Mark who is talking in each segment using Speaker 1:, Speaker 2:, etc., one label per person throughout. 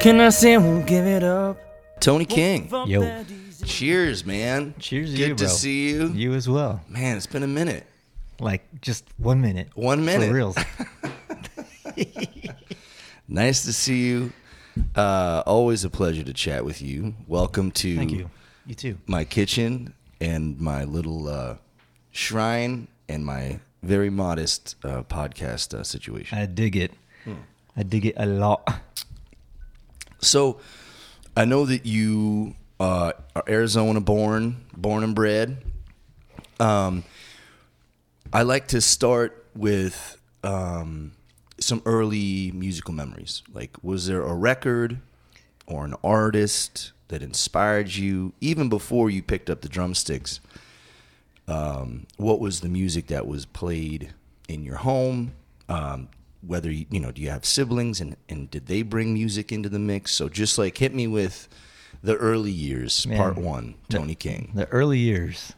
Speaker 1: Can I say I won't give it up?
Speaker 2: Tony King.
Speaker 3: Yo.
Speaker 2: Cheers, man.
Speaker 3: Cheers to
Speaker 2: Good
Speaker 3: you,
Speaker 2: to
Speaker 3: bro.
Speaker 2: see you.
Speaker 3: You as well.
Speaker 2: Man, it's been a minute.
Speaker 3: Like just one minute.
Speaker 2: One minute.
Speaker 3: For reals.
Speaker 2: Nice to see you. Uh, always a pleasure to chat with you. Welcome to
Speaker 3: Thank you. You too.
Speaker 2: my kitchen and my little uh, shrine and my very modest uh, podcast uh, situation.
Speaker 3: I dig it.
Speaker 2: Hmm.
Speaker 3: I dig it a lot.
Speaker 2: So, I know that you uh, are Arizona born, born and bred. Um, I like to start with um, some early musical memories. Like, was there a record or an artist that inspired you, even before you picked up the drumsticks? Um, what was the music that was played in your home? Um, whether you, you know, do you have siblings and, and did they bring music into the mix? So just like hit me with the early years,
Speaker 3: Man.
Speaker 2: part one, Tony King.
Speaker 3: The early years.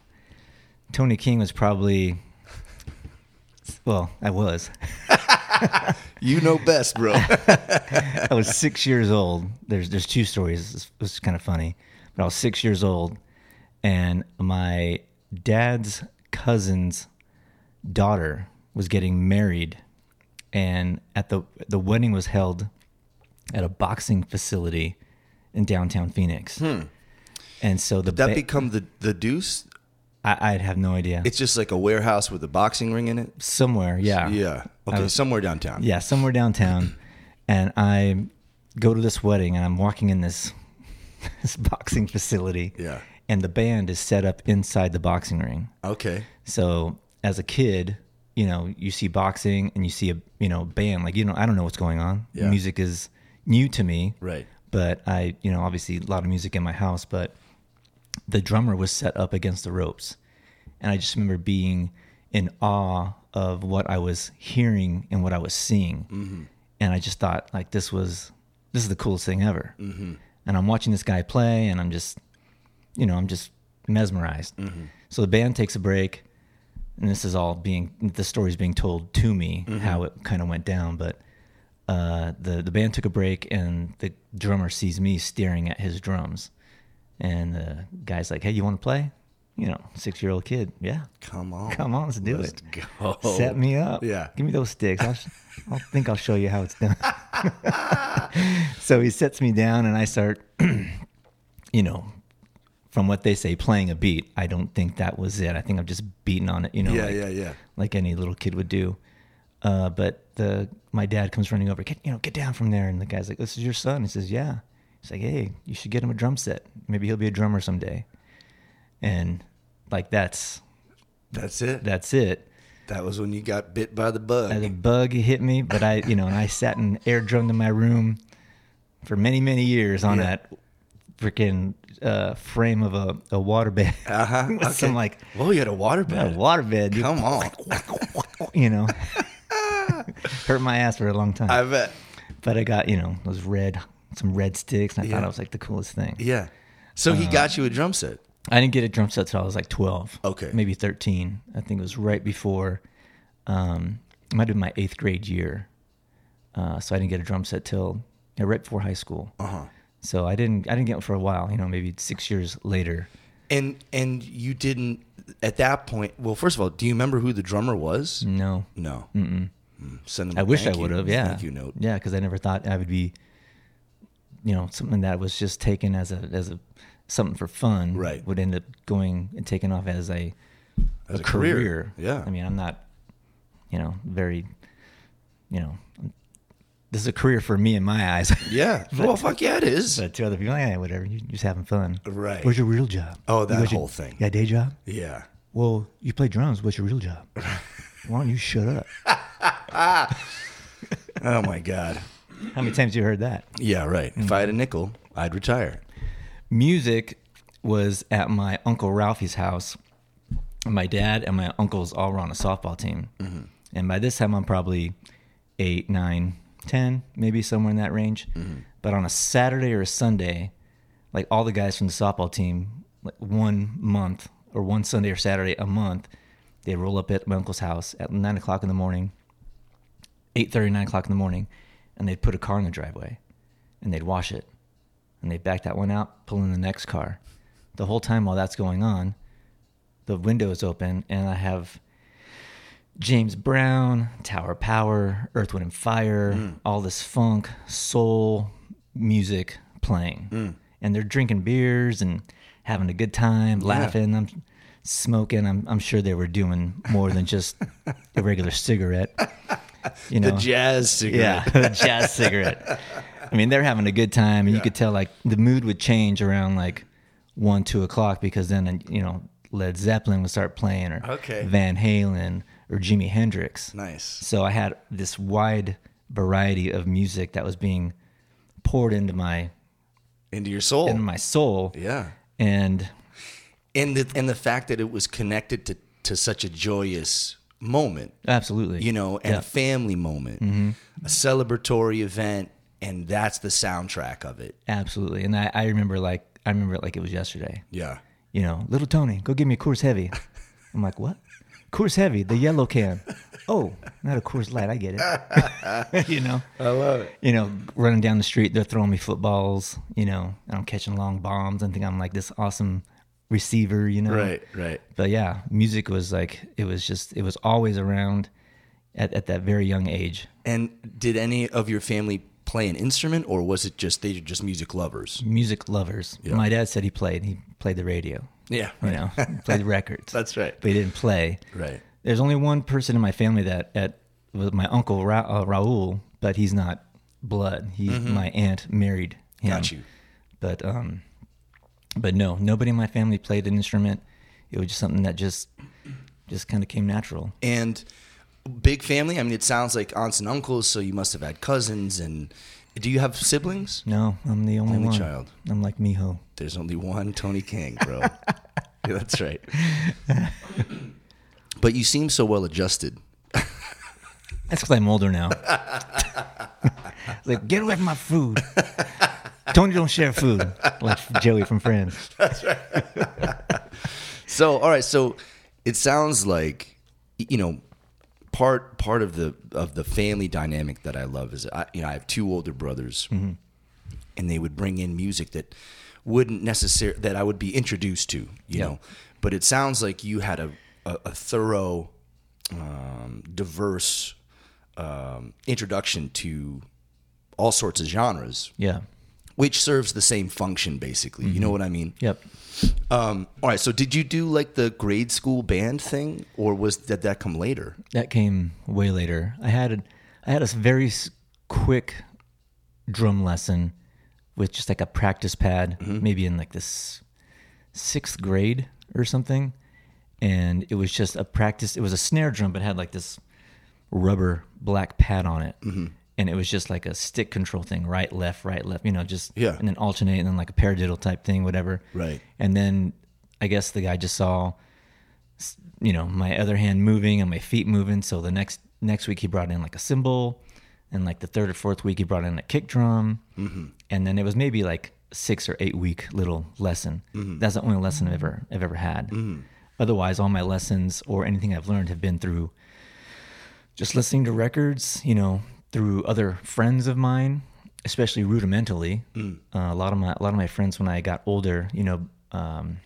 Speaker 3: Tony King was probably well, I was.
Speaker 2: You know best, bro.
Speaker 3: I was six years old. There's there's two stories. It's, it's kind of funny, but I was six years old, and my dad's cousin's daughter was getting married, and at the the wedding was held at a boxing facility in downtown Phoenix. And so the
Speaker 2: Hmm. that
Speaker 3: ba-
Speaker 2: become the the deuce
Speaker 3: I, I'd have no idea.
Speaker 2: it's just like a warehouse with a boxing ring in it
Speaker 3: somewhere, yeah,
Speaker 2: yeah okay somewhere downtown
Speaker 3: Ah. yeah, somewhere downtown, and I go to this wedding, and I'm walking in this this boxing facility.
Speaker 2: Yeah.
Speaker 3: and the band is set up inside the boxing ring.
Speaker 2: okay
Speaker 3: So as a kid, you know, you see boxing and you see a you know band. Like you know, I don't know what's going on.
Speaker 2: Yeah.
Speaker 3: Music is new to me,
Speaker 2: right
Speaker 3: but I you know obviously a lot of music in my house, but the drummer was set up against the ropes, and I just remember being in awe of what I was hearing and what I was seeing, and I just thought like this was this is the coolest thing ever, and I'm watching this guy play, and I'm just you know I'm just mesmerized. So the band takes a break, and this is all being the story's being told to me how it kind of went down, but uh, the the band took a break and the drummer sees me staring at his drums, and the guy's like, "Hey, you want to play?" You know, six year old kid. Yeah,
Speaker 2: come on
Speaker 3: come on, let's do
Speaker 2: let's
Speaker 3: it.
Speaker 2: go
Speaker 3: Set me up.
Speaker 2: Yeah.
Speaker 3: give me those sticks. I'll, sh- I'll think I'll show you how it's done. so he sets me down and I start, you know, from what they say, playing a beat. I don't think that was it. I think I'm just beating on it. You know,
Speaker 2: yeah
Speaker 3: like-
Speaker 2: yeah yeah
Speaker 3: like any little kid would do. Uh, but the my dad comes running over, get you know, get down from there. And the guy's like, "This is your son." He says, "Yeah." He's like, "Hey, you should get him a drum set. Maybe he'll be a drummer someday." And like that's
Speaker 2: that's it that,
Speaker 3: that's it.
Speaker 2: was when you got bit by the
Speaker 3: And the
Speaker 2: bug
Speaker 3: bug hit me, but I you know, and I sat and air drummed in my room for many many years on
Speaker 2: Yeah.
Speaker 3: that freaking uh, frame of a, a waterbed.
Speaker 2: uh-huh
Speaker 3: With
Speaker 2: okay
Speaker 3: Some like
Speaker 2: well you had a water
Speaker 3: a
Speaker 2: bed
Speaker 3: waterbed, dude.
Speaker 2: come on
Speaker 3: you know. Hurt my ass for a long time.
Speaker 2: i bet
Speaker 3: But I got, you know, those red, some red sticks, and I thought
Speaker 2: Yeah.
Speaker 3: it was like the coolest thing.
Speaker 2: yeah so
Speaker 3: Uh-huh.
Speaker 2: he got you a drum set
Speaker 3: I didn't get a drum set till I was like 12.
Speaker 2: Okay.
Speaker 3: Maybe 13. I think it was right before, um, it might have been my eighth grade year. Uh, so I didn't get a drum set till yeah, right before high school.
Speaker 2: uh-huh
Speaker 3: So I didn't, I didn't get one for a while, you know, maybe six years later.
Speaker 2: and and you didn't at that point well first of all do you remember who the drummer was
Speaker 3: No.
Speaker 2: no Mm-mm. send him
Speaker 3: Mm. I
Speaker 2: a
Speaker 3: wish I
Speaker 2: thank you-
Speaker 3: would have. Yeah.
Speaker 2: thank you note
Speaker 3: Yeah, because I never thought I would be, you know, something that was just taken as a as a something for fun.
Speaker 2: Right.
Speaker 3: Would end up going and taking off as a
Speaker 2: As
Speaker 3: a,
Speaker 2: a
Speaker 3: career.
Speaker 2: career. Yeah.
Speaker 3: I mean, I'm not, you know, very, you know, this is a career for me in my eyes.
Speaker 2: yeah well fuck yeah it is
Speaker 3: but to other people, yeah, whatever. You're just having fun.
Speaker 2: Right.
Speaker 3: What's your real job?
Speaker 2: Oh,
Speaker 3: You
Speaker 2: that
Speaker 3: got your-
Speaker 2: whole thing.
Speaker 3: You got a day job?
Speaker 2: yeah
Speaker 3: Well, you play drums. What's your real job? Why don't you shut up?
Speaker 2: Oh my God.
Speaker 3: How many times you heard that?
Speaker 2: Yeah, right. If I had a nickel, I'd retire.
Speaker 3: music was at my uncle Ralphie's house. My dad and my uncles all were on a softball team, and by this time I'm probably eight, nine, ten, maybe somewhere in that range. But on a Saturday or a Sunday, like all the guys from the softball team, like one month or one Sunday or Saturday a month, they roll up at my uncle's house at nine o'clock in the morning, eight thirty, nine o'clock in the morning, and they'd put a car in the driveway and they'd wash it. And they'd back that one out, pull in the next car. The whole time while that's going on, the window is open and I have James Brown, Tower Power, Earth, Wind, and Fire, all this funk, soul music playing. And they're drinking beers and having a good time, laughing. I'm smoking. I'm, I'm sure they were doing more than just a regular cigarette. You know,
Speaker 2: The jazz cigarette.
Speaker 3: yeah, the jazz cigarette. I mean, they're having a good time, and you could tell like the mood would change around like one, two o'clock because then and, you know Led Zeppelin would start playing, or
Speaker 2: Okay.
Speaker 3: Van Halen, or Jimi Hendrix.
Speaker 2: Nice.
Speaker 3: So I had this wide variety of music that was being poured into my
Speaker 2: Into your soul.
Speaker 3: into my soul,
Speaker 2: Oh. yeah.
Speaker 3: and
Speaker 2: And the and the fact that it was connected to to such a joyous moment,
Speaker 3: absolutely,
Speaker 2: you know, and
Speaker 3: Yeah.
Speaker 2: a family moment, a celebratory event, and that's the soundtrack of it.
Speaker 3: absolutely. And I, I remember like I remember it like it was yesterday.
Speaker 2: Yeah.
Speaker 3: you know, little Tony, go give me a Coors Heavy. I'm like, what? Coors Heavy, the yellow can. Oh, not a Coors Light. I get it. you know, I love it. You know, running down the street, they're throwing me footballs. You know, and I'm catching long bombs and think I'm like this awesome receiver. You know,
Speaker 2: Right, right.
Speaker 3: But yeah, music was like it was just it was always around at at that very young age.
Speaker 2: And did any of your family play an instrument or was it just they were just music lovers?
Speaker 3: Music lovers. My dad said he played. He played the radio.
Speaker 2: Yeah.
Speaker 3: You know, he played records.
Speaker 2: That's right.
Speaker 3: But he didn't play.
Speaker 2: Right.
Speaker 3: There's only one person in my family that at was my uncle Ra- uh, Raul, but he's not blood. He my aunt married
Speaker 2: Mm-hmm.
Speaker 3: him.
Speaker 2: Got you.
Speaker 3: But um, but no, nobody in my family played an instrument. It was just something that just just kind of came natural.
Speaker 2: And big family? I mean, it sounds like aunts and uncles, so you must have had cousins and do you have siblings?
Speaker 3: No, I'm the only,
Speaker 2: Only
Speaker 3: one.
Speaker 2: child.
Speaker 3: I'm like Miho.
Speaker 2: There's only one Tony King, bro. yeah, that's right. but you seem so well adjusted.
Speaker 3: That's because I'm older now. like, get away from my food. Tony don't share food like Joey from Friends.
Speaker 2: So, all right, so it sounds like y- you know part part of the of the family dynamic that I love is I you know I have two older brothers. And they would bring in music that wouldn't necessarily that I would be introduced to, you
Speaker 3: Yeah.
Speaker 2: know. But it sounds like you had a a, a thorough um, diverse um, introduction to all sorts of genres,
Speaker 3: Yeah.
Speaker 2: which serves the same function basically. You know what I mean?
Speaker 3: Yep.
Speaker 2: Um, all right. So, did you do like the grade school band thing, or was did that come later?
Speaker 3: That came way later. I had a, I had a very s- quick drum lesson with just like a practice pad, maybe in like this sixth grade or something, and it was just a practice. It was a snare drum, but it had like this rubber black pad on it, and it was just like a stick control thing, right, left, right, left. You know, just
Speaker 2: Yeah.
Speaker 3: and then alternate, and then like a paradiddle type thing, whatever.
Speaker 2: Right.
Speaker 3: And then I guess the guy just saw you know my other hand moving and my feet moving so the next next week he brought in like a cymbal and like the third or fourth week he brought in a kick drum and then it was maybe like six or eight week little lesson that's the only lesson i've ever i've ever had otherwise all my lessons or anything i've learned have been through just listening to records you know through other friends of mine especially rudimentally
Speaker 2: Mm.
Speaker 3: uh, a lot of my a lot of my friends when i got older you know um,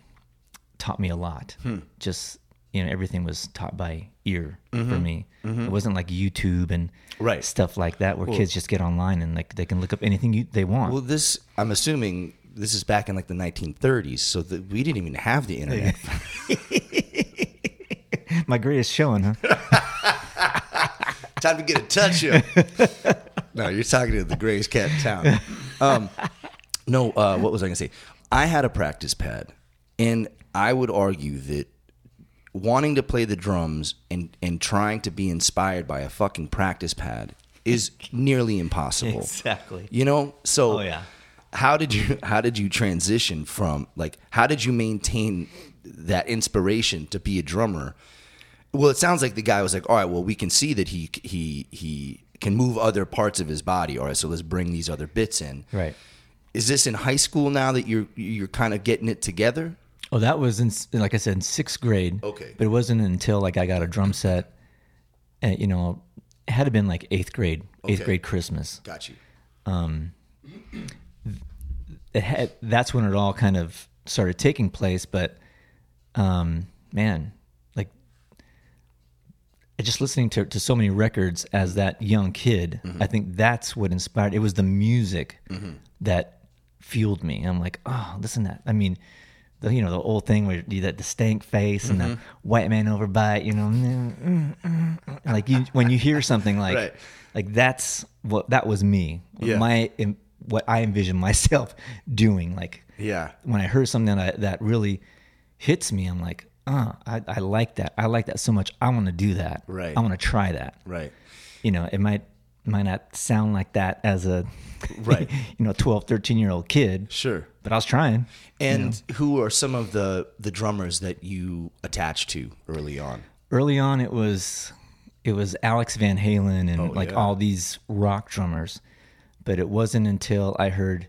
Speaker 3: taught me a lot.
Speaker 2: Hmm.
Speaker 3: Just you know, everything was taught by ear for me. It wasn't like YouTube and
Speaker 2: Mm-hmm. Right.
Speaker 3: stuff like that where kids just get online and like they can look up anything you, they want.
Speaker 2: Well, this I'm assuming this is back in like the 1930s, so that we didn't even have the internet.
Speaker 3: My greatest showing, huh?
Speaker 2: Time to get a touch up. no, you're talking to the greatest cat in town. Um, no, uh, what was I going to say? I had a practice pad, and I would argue that wanting to play the drums and, and trying to be inspired by a fucking practice pad is nearly impossible.
Speaker 3: Exactly.
Speaker 2: You know, so
Speaker 3: Oh, yeah.
Speaker 2: How did you how did you transition from like how did you maintain that inspiration to be a drummer? Well, it sounds like the guy was like, "All right, well, we can see that he he he can move other parts of his body. All right, so let's bring these other bits in."
Speaker 3: Right.
Speaker 2: Is this in high school now that you're you're kind of getting it together?
Speaker 3: Oh, that was in s- like I said in sixth grade.
Speaker 2: Okay.
Speaker 3: But it wasn't until like I got a drum set, eh, and you know, it had to been like eighth grade, eighth
Speaker 2: Okay.
Speaker 3: grade Christmas.
Speaker 2: Got you.
Speaker 3: it had, that's when it all kind of started taking place. But um, man, like just listening to, to so many records as that young kid,
Speaker 2: Mm-hmm.
Speaker 3: I think that's what inspired. It was the music that fueled me. I'm like, oh, listen to that. I mean, the, you know the old thing where you do that distinct face and
Speaker 2: Mm-hmm.
Speaker 3: the white man overbite. You know, mm, mm, mm, mm. like you when you hear something like
Speaker 2: Right.
Speaker 3: like that's what that was me.
Speaker 2: Yeah.
Speaker 3: My em- what I envisioned myself doing like
Speaker 2: Yeah.
Speaker 3: when I heard something that I, that really hits me, I'm like, ah, I, I like that. I like that so much. I want to do that.
Speaker 2: Right.
Speaker 3: I want to try that.
Speaker 2: Right.
Speaker 3: You know, it might might not sound like that as a
Speaker 2: Right.
Speaker 3: you know 12 13 year old kid
Speaker 2: Sure.
Speaker 3: but i was trying
Speaker 2: And who are some of the the drummers that you attached to early on?
Speaker 3: early on it was it was Alex Van Halen and like
Speaker 2: Oh, yeah.
Speaker 3: all these rock drummers, but it wasn't until I heard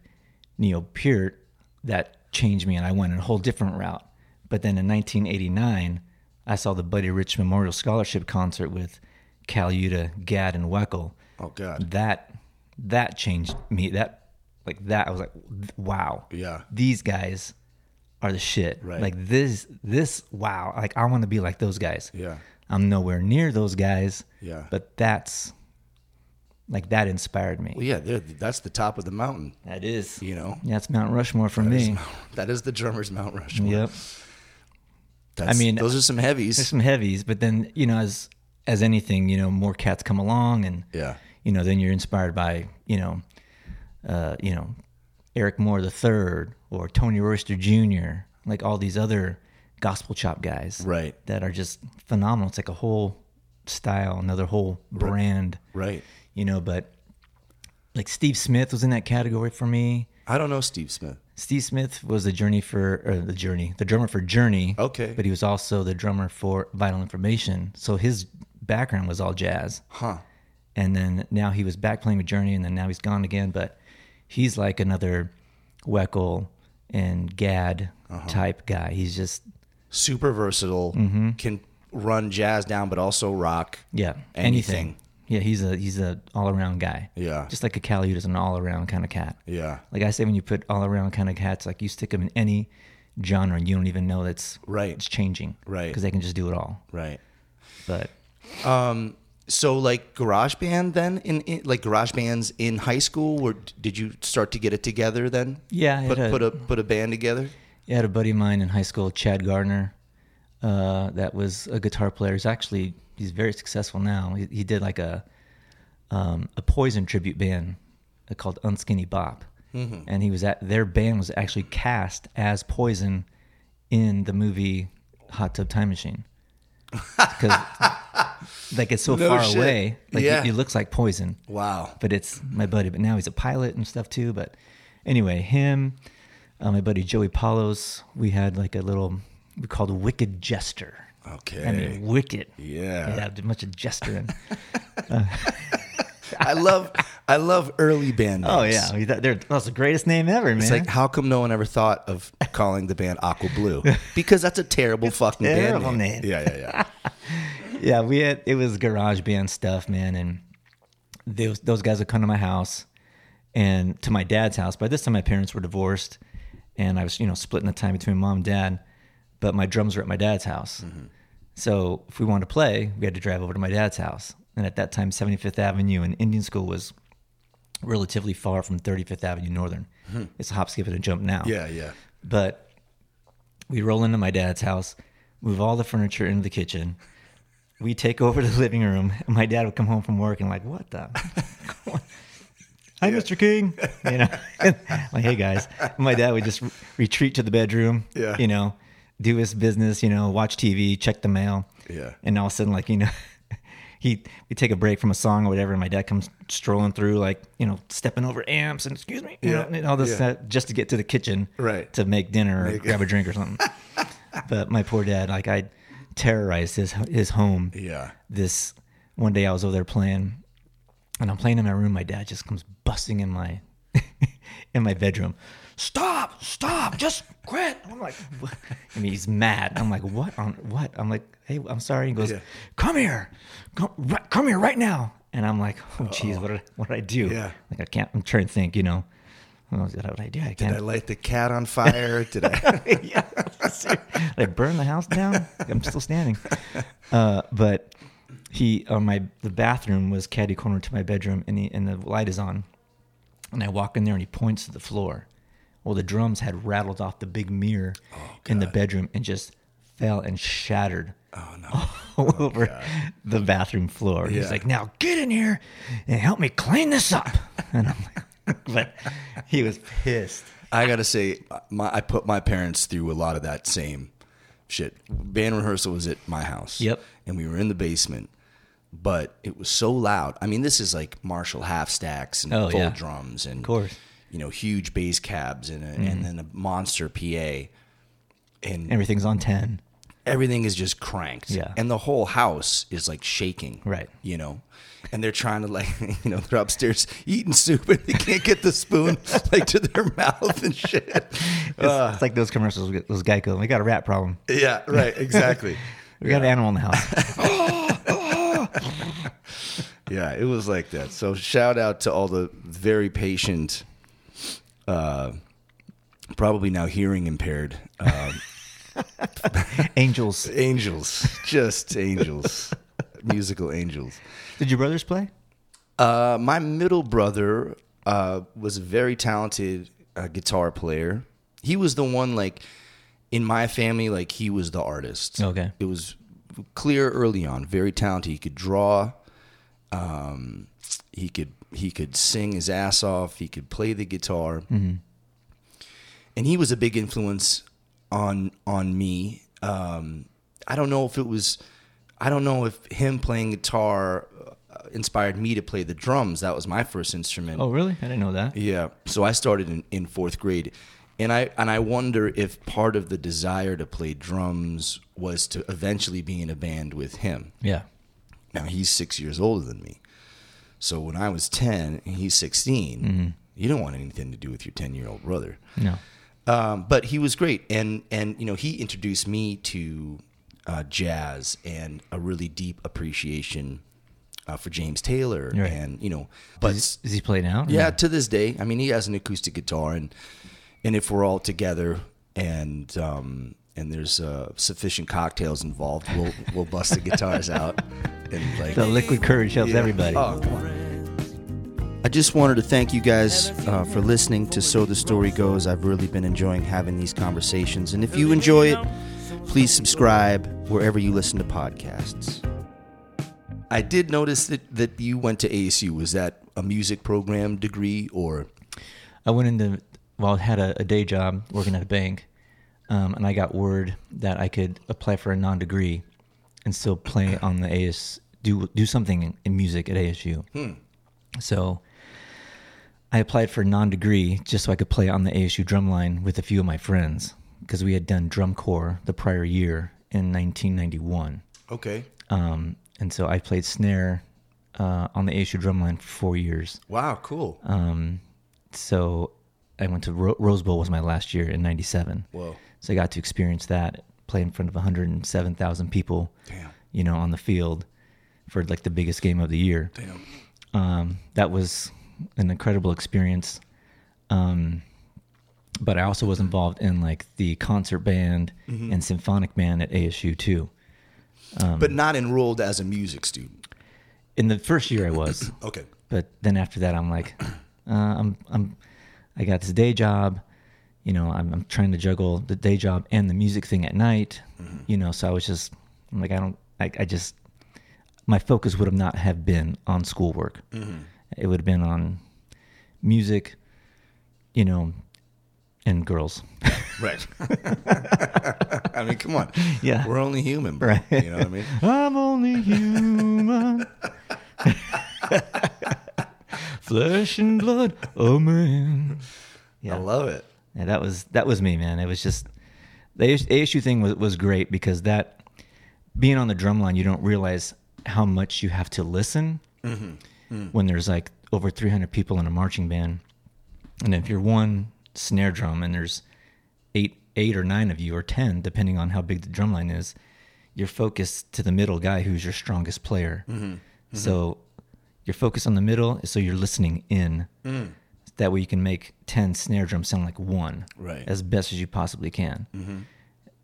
Speaker 3: Neil Peart that changed me and I went a whole different route. But then in 1989, I saw the Buddy Rich Memorial Scholarship concert with Cal Uta, Gadd, and Weckel.
Speaker 2: Oh, God.
Speaker 3: that that changed me. That like that I was like, wow,
Speaker 2: Yeah.
Speaker 3: these guys are the shit.
Speaker 2: Right.
Speaker 3: Like this, this wow. Like I want to be like those guys.
Speaker 2: Yeah.
Speaker 3: I'm nowhere near those guys.
Speaker 2: Yeah.
Speaker 3: But that's like that inspired me.
Speaker 2: Well, yeah, they're- that's the top of the mountain.
Speaker 3: That is.
Speaker 2: You know,
Speaker 3: Yeah, it's Mount Rushmore for me.
Speaker 2: that is the drummer's Mount Rushmore.
Speaker 3: Yep.
Speaker 2: That's,
Speaker 3: I mean-
Speaker 2: those are some
Speaker 3: There's
Speaker 2: heavies.
Speaker 3: some heavies, but then you know, as as anything, you know, more cats come along, and
Speaker 2: Yeah.
Speaker 3: you know, then you're inspired by you know, uh, you know, Eric Moore the third or Tony Royster Jr. Like all these other gospel chop guys,
Speaker 2: Right.
Speaker 3: That are just phenomenal. It's like a whole style, another whole brand,
Speaker 2: Right.
Speaker 3: you know. But like Steve Smith was in that category for me.
Speaker 2: I don't know Steve Smith.
Speaker 3: Steve Smith was the journey for or the journey, the drummer for Journey.
Speaker 2: Okay.
Speaker 3: But he was also the drummer for Vital Information. So his background was all jazz.
Speaker 2: Huh.
Speaker 3: And then now he was back playing with Journey and then now he's gone again, but he's like another Weckl and Gad
Speaker 2: Uh-huh.
Speaker 3: type guy. He's just
Speaker 2: Super versatile. Can run jazz down, but also rock.
Speaker 3: yeah,
Speaker 2: Anything.
Speaker 3: Yeah, he's a he's a all around guy.
Speaker 2: Yeah.
Speaker 3: Just like a Caliute is an all around kind of cat.
Speaker 2: Yeah.
Speaker 3: Like I say, when you put all around kind of cats, like you stick them in any genre, and you don't even know that's
Speaker 2: Right.
Speaker 3: It's changing,
Speaker 2: Right.
Speaker 3: Because they can just do it all.
Speaker 2: Right.
Speaker 3: But
Speaker 2: So like garage band then in, in like garage bands in high school or did you start to get it together then?
Speaker 3: Yeah, I
Speaker 2: Put,
Speaker 3: had a-
Speaker 2: put a put a band together?
Speaker 3: I had a buddy of mine in high school, Chad Gardner, uh, that was a guitar player. He's actually he's very successful now. He, he did like a um, a Poison tribute band called Unskinny Bop,
Speaker 2: Mm-hmm.
Speaker 3: and he was at their band was actually cast as Poison in the movie Hot Tub Time Machine. Because like it's so
Speaker 2: No
Speaker 3: far
Speaker 2: shit.
Speaker 3: away, like
Speaker 2: Yeah.
Speaker 3: he, he looks like Poison
Speaker 2: Wow.
Speaker 3: but it's my buddy. But now he's a pilot and stuff too. But anyway, him, uh, my buddy Joey Palos, we had like a little we called Wicked Jester.
Speaker 2: Okay.
Speaker 3: I mean, wicked.
Speaker 2: Yeah.
Speaker 3: yeah, a bunch of jestering.
Speaker 2: I love I love early band names.
Speaker 3: oh yeah, we thought they're- that's the greatest name ever, man.
Speaker 2: It's like how come no one ever thought of calling the band Aqua Blue? Because that's a terrible fucking
Speaker 3: terrible
Speaker 2: band
Speaker 3: name.
Speaker 2: Yeah, yeah, yeah.
Speaker 3: yeah, we had it was garage band stuff, man, and those those guys would come to my house and to my dad's house. By this time, my parents were divorced, and I was you know splitting the time between mom and dad. But my drums were at my dad's house, so if we wanted to play, we had to drive over to my dad's house. And at that time, 75th Avenue and Indian School was relatively far from 35th Avenue Northern. It's a hop, skip, and a jump now.
Speaker 2: Yeah, yeah.
Speaker 3: But we roll into my dad's house, move all the furniture into the kitchen. We take over the living room, and my dad would come home from work and like, what the? Hi, Mr. King. You know, like, hey guys. My dad would just retreat to the bedroom.
Speaker 2: Yeah.
Speaker 3: You know, do his business. You know, watch TV, check the mail.
Speaker 2: Yeah.
Speaker 3: And all of a sudden, like you know, he we take a break from a song or whatever, and my dad comes strolling through, like you know, stepping over amps and excuse me, you
Speaker 2: Yeah.
Speaker 3: know, and all this
Speaker 2: Yeah.
Speaker 3: stuff just to get to the kitchen
Speaker 2: Right.
Speaker 3: to make dinner or
Speaker 2: Make-
Speaker 3: grab a drink or something. but my poor dad, like I terrorized his his home.
Speaker 2: Yeah.
Speaker 3: This one day I was over there playing, and I'm playing in my room. My dad just comes busting in my in my bedroom. Stop! Stop! Just quit! I'm like, what? I mean, he's mad. I'm like, what on what? I'm like, hey, I'm sorry. He goes,
Speaker 2: Yeah.
Speaker 3: come here, come, right, come here right now. And I'm like, oh, jeez, what did, I- what did I do?
Speaker 2: Yeah.
Speaker 3: Like I can't. I'm trying to think, you know. And I was like, "What did I do? I
Speaker 2: Did I
Speaker 3: can't.
Speaker 2: light the cat on fire? Did I?
Speaker 3: yeah, seriously. Did I burn the house down. I'm still standing. Uh, but he on my the bathroom was caddy corner to my bedroom, and he, and the light is on, and I walk in there, and he points to the floor. Well, the drums had rattled off the big mirror in the bedroom and just fell and shattered
Speaker 2: Oh no!
Speaker 3: all over the bathroom floor.
Speaker 2: Yeah.
Speaker 3: He's like, "Now get in here and help me clean this up." And I'm like, "But he was pissed."
Speaker 2: I gotta say, my, I put my parents through a lot of that same shit. Band rehearsal was at my house.
Speaker 3: Yep.
Speaker 2: And we were in the basement, but it was so loud. I mean, this is like Marshall half stacks and
Speaker 3: Oh,
Speaker 2: full
Speaker 3: yeah.
Speaker 2: drums and, of
Speaker 3: course. Mm-hmm.
Speaker 2: you know, huge bass cabs and a, and then a monster PA, and
Speaker 3: Everything's on ten.
Speaker 2: everything is just cranked.
Speaker 3: Yeah.
Speaker 2: And the whole house is like shaking.
Speaker 3: Right.
Speaker 2: You know? And they're trying to like you know, they're upstairs eating soup and they can't get the spoon like to their mouth and shit. Uh,
Speaker 3: It's, it's like those commercials with those Geico. We got a rat problem.
Speaker 2: Yeah, right, exactly.
Speaker 3: We got an animal in the house.
Speaker 2: yeah, it was like that. So shout out to all the very patient uh probably now hearing impaired um,
Speaker 3: Angels.
Speaker 2: angels. Just angels. Musical angels.
Speaker 3: Did your brothers play?
Speaker 2: Uh, my middle brother uh, was a very talented uh, guitar player. He was the one, like, in my family, like, he was the artist.
Speaker 3: Okay.
Speaker 2: It was clear early on, very talented. He could draw. Um, he could he could sing his ass off. He could play the guitar, and he was a big influence on on me. Um, I don't know if it was, I don't know if him playing guitar uh, inspired me to play the drums. That was my first instrument.
Speaker 3: Oh, really? I didn't know that.
Speaker 2: Yeah. So I started in, in fourth grade, and I and I wonder if part of the desire to play drums was to eventually be in a band with him.
Speaker 3: Yeah.
Speaker 2: Now he's six years older than me. So when I was ten and he's 16 you don't want anything to do with your ten year old brother.
Speaker 3: No.
Speaker 2: Um, but he was great, and and you know he introduced me to uh, jazz and a really deep appreciation uh, for James Taylor,
Speaker 3: Right.
Speaker 2: and you know, but
Speaker 3: Does, does he play now?
Speaker 2: yeah, to this day, I mean, he has an acoustic guitar, and and if we're all together and um, and there's uh, sufficient cocktails involved, we'll we'll bust the guitars out and like
Speaker 3: The liquid courage helps everybody.
Speaker 2: Oh, come on. I just wanted to thank you guys uh, for listening to So the Story Goes. I've really been enjoying having these conversations. And if you enjoy it, please subscribe wherever you listen to podcasts. I did notice that, that you went to ASU. Was that a music program degree or?
Speaker 3: I went into well, I had a, a day job working at a bank, um, and I got word that I could apply for a non-degree and still play on the AS do do something in, in music at ASU. So I applied for a non-degree just so I could play on the ASU drum line with a few of my friends because we had done drum corps the prior year in 1991.
Speaker 2: Okay.
Speaker 3: Um, and so I played snare uh, on the ASU drum line for four years.
Speaker 2: Wow, cool.
Speaker 3: Um, so I went to Ro- Rose Bowl was my last year in '97.
Speaker 2: Whoa.
Speaker 3: So I got to experience that, play in front of 107,000 people,
Speaker 2: Damn.
Speaker 3: you know, on the field for like the biggest game of the year.
Speaker 2: Damn.
Speaker 3: Um, that was an incredible experience. Um, but I also was involved in like the concert band and symphonic band at ASU too. Um,
Speaker 2: but not enrolled as a music student.
Speaker 3: In the first year I was,
Speaker 2: Okay.
Speaker 3: but then after that, I'm like, uh, I'm, I'm, I got this day job, you know, I'm, I'm trying to juggle the day job and the music thing at night, you know, so I was just, I'm like, I don't, I, I just, my focus would have not have been on schoolwork. It would have been on music, you know, and girls.
Speaker 2: Right. I mean, come on.
Speaker 3: Yeah.
Speaker 2: We're only human, bro.
Speaker 3: Right.
Speaker 2: You know what I mean?
Speaker 3: I'm only human. Flesh and blood, oh man. Yeah.
Speaker 2: I love it.
Speaker 3: Yeah, that was that was me, man. It was just the AS- ASU thing was was great because that being on the drum line, you don't realize how much you have to listen when there's like over 300 people in a marching band, and if you're one snare drum and there's eight eight or nine of you or ten, depending on how big the drum line is, you're focused to the middle guy who's your strongest player. So you're focused on the middle, so you're listening in That way you can make 10 snare drums sound like one
Speaker 2: Right.
Speaker 3: as best as you possibly can.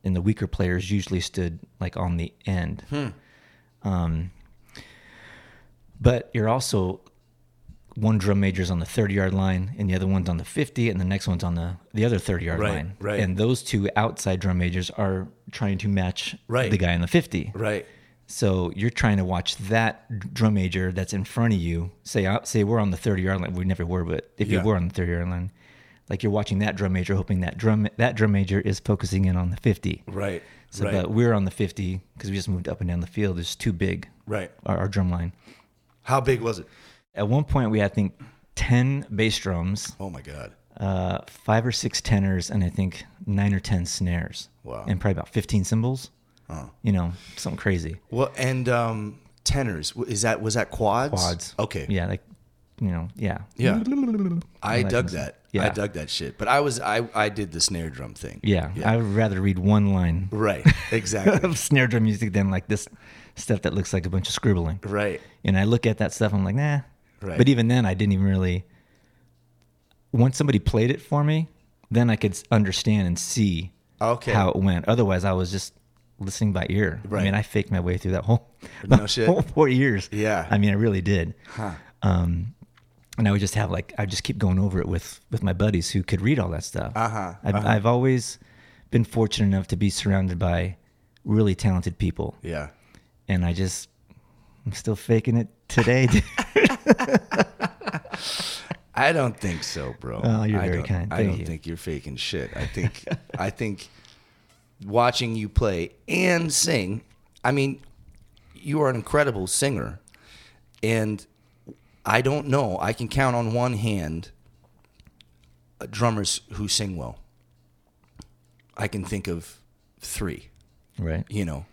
Speaker 3: And the weaker players usually stood like on the end. Um, but you're also one drum major's on the 30 yard line and the other one's on the 50 and the next one's on the, the other 30 yard
Speaker 2: Right,
Speaker 3: line.
Speaker 2: right.
Speaker 3: And those two outside drum majors are trying to match
Speaker 2: Right.
Speaker 3: the guy in the 50.
Speaker 2: Right.
Speaker 3: So you're trying to watch that drum major that's in front of you. Say, uh, say we're on the 30 yard line. We never were, but if
Speaker 2: Yeah.
Speaker 3: you were on the 30 yard line, like you're watching that drum major, hoping that drum that drum major is focusing in on the 50.
Speaker 2: Right.
Speaker 3: So,
Speaker 2: right.
Speaker 3: but we're on the 50 because we just moved up and down the field. It's too big.
Speaker 2: right.
Speaker 3: Our, our drum line.
Speaker 2: How big was it?
Speaker 3: At one point, we had I think 10 bass drums,
Speaker 2: Oh my god.
Speaker 3: uh, five or six tenors, and I think nine or 10 snares.
Speaker 2: Wow.
Speaker 3: And probably about 15 cymbals. You know, something crazy.
Speaker 2: Well, and um, tenors W- is that was that quads?
Speaker 3: Quads.
Speaker 2: Okay.
Speaker 3: Yeah, like you know, yeah.
Speaker 2: Yeah. I
Speaker 3: that
Speaker 2: dug
Speaker 3: kind of
Speaker 2: that.
Speaker 3: stuff.
Speaker 2: I
Speaker 3: Yeah.
Speaker 2: dug that shit. But I was I I did the snare drum thing.
Speaker 3: Yeah, I would rather read one line
Speaker 2: Right. Exactly.
Speaker 3: of snare drum music than like this stuff that looks like a bunch of scribbling.
Speaker 2: right.
Speaker 3: And I look at that stuff, I'm like, nah.
Speaker 2: Right.
Speaker 3: But even then, I didn't even really. Once somebody played it for me, then I could s- understand and see
Speaker 2: Okay.
Speaker 3: how it went. Otherwise, I was just listening by ear.
Speaker 2: Right.
Speaker 3: I mean, I faked my way through that whole,
Speaker 2: No
Speaker 3: the
Speaker 2: shit.
Speaker 3: whole four years.
Speaker 2: Yeah.
Speaker 3: I mean, I really did. Um, and I would just have like I would just keep going over it with with my buddies who could read all that stuff.
Speaker 2: Uh-huh,
Speaker 3: I've, I've always been fortunate enough to be surrounded by really talented people,
Speaker 2: Yeah.
Speaker 3: and I just I'm still faking it today. dude.
Speaker 2: I don't think so, bro.
Speaker 3: Oh, you're
Speaker 2: I
Speaker 3: very
Speaker 2: don't-
Speaker 3: kind.
Speaker 2: I
Speaker 3: Thank
Speaker 2: don't
Speaker 3: you.
Speaker 2: think you're faking shit. I think I think watching you play and sing, I mean, you are an incredible singer. And I don't know, I can count on one hand uh, drummers who sing well. I can think of 3
Speaker 3: right.
Speaker 2: you know.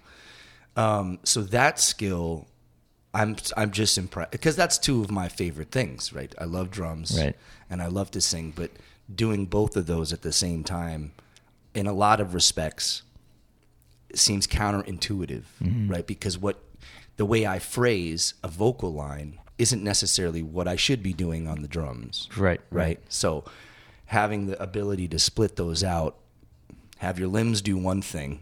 Speaker 2: Um, so that skill, I'm I'm just impressed because that's two of my favorite things, right? I love drums,
Speaker 3: Right.
Speaker 2: and I love to sing, but doing both of those at the same time, in a lot of respects, seems counterintuitive, right? Because what the way I phrase a vocal line isn't necessarily what I should be doing on the drums,
Speaker 3: Right.
Speaker 2: right? So having the ability to split those out, have your limbs do one thing,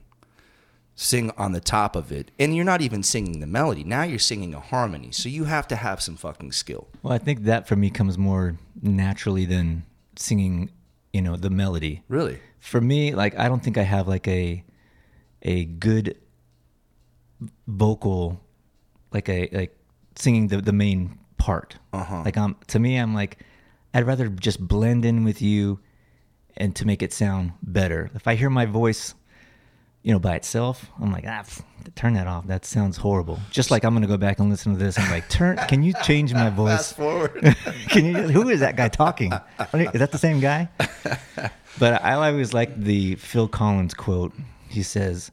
Speaker 2: sing on the top of it, and you're not even singing the melody. Now you're singing a harmony. So you have to have some fucking skill.
Speaker 3: Well, I think that for me comes more naturally than singing, you know, the melody.
Speaker 2: Really?
Speaker 3: For me, like I don't think I have like a a good vocal like a like singing the the main part.
Speaker 2: Uh-huh.
Speaker 3: Like um to me I'm like I'd rather just blend in with you and to make it sound better. If I hear my voice you know, by itself, I'm like, ah, pff, turn that off. That sounds horrible. Just like I'm gonna go back and listen to this. I'm like, turn. Can you change my voice?
Speaker 2: forward.
Speaker 3: Can you? Who is that guy talking? Is that the same guy? But I always like the Phil Collins quote. He says,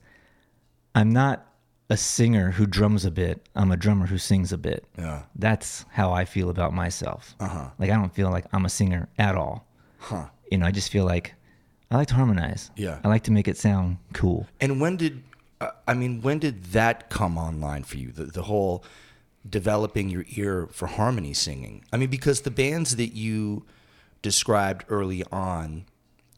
Speaker 3: "I'm not a singer who drums a bit. I'm a drummer who sings a bit."
Speaker 2: Yeah.
Speaker 3: That's how I feel about myself. Uh-huh. Like I don't feel like I'm a singer at all.
Speaker 2: huh.
Speaker 3: You know, I just feel like I like to harmonize.
Speaker 2: Yeah.
Speaker 3: I like to make it sound cool.
Speaker 2: And when did, uh, I mean, when did that come online for you? The, the whole developing your ear for harmony singing? I mean, because the bands that you described early on,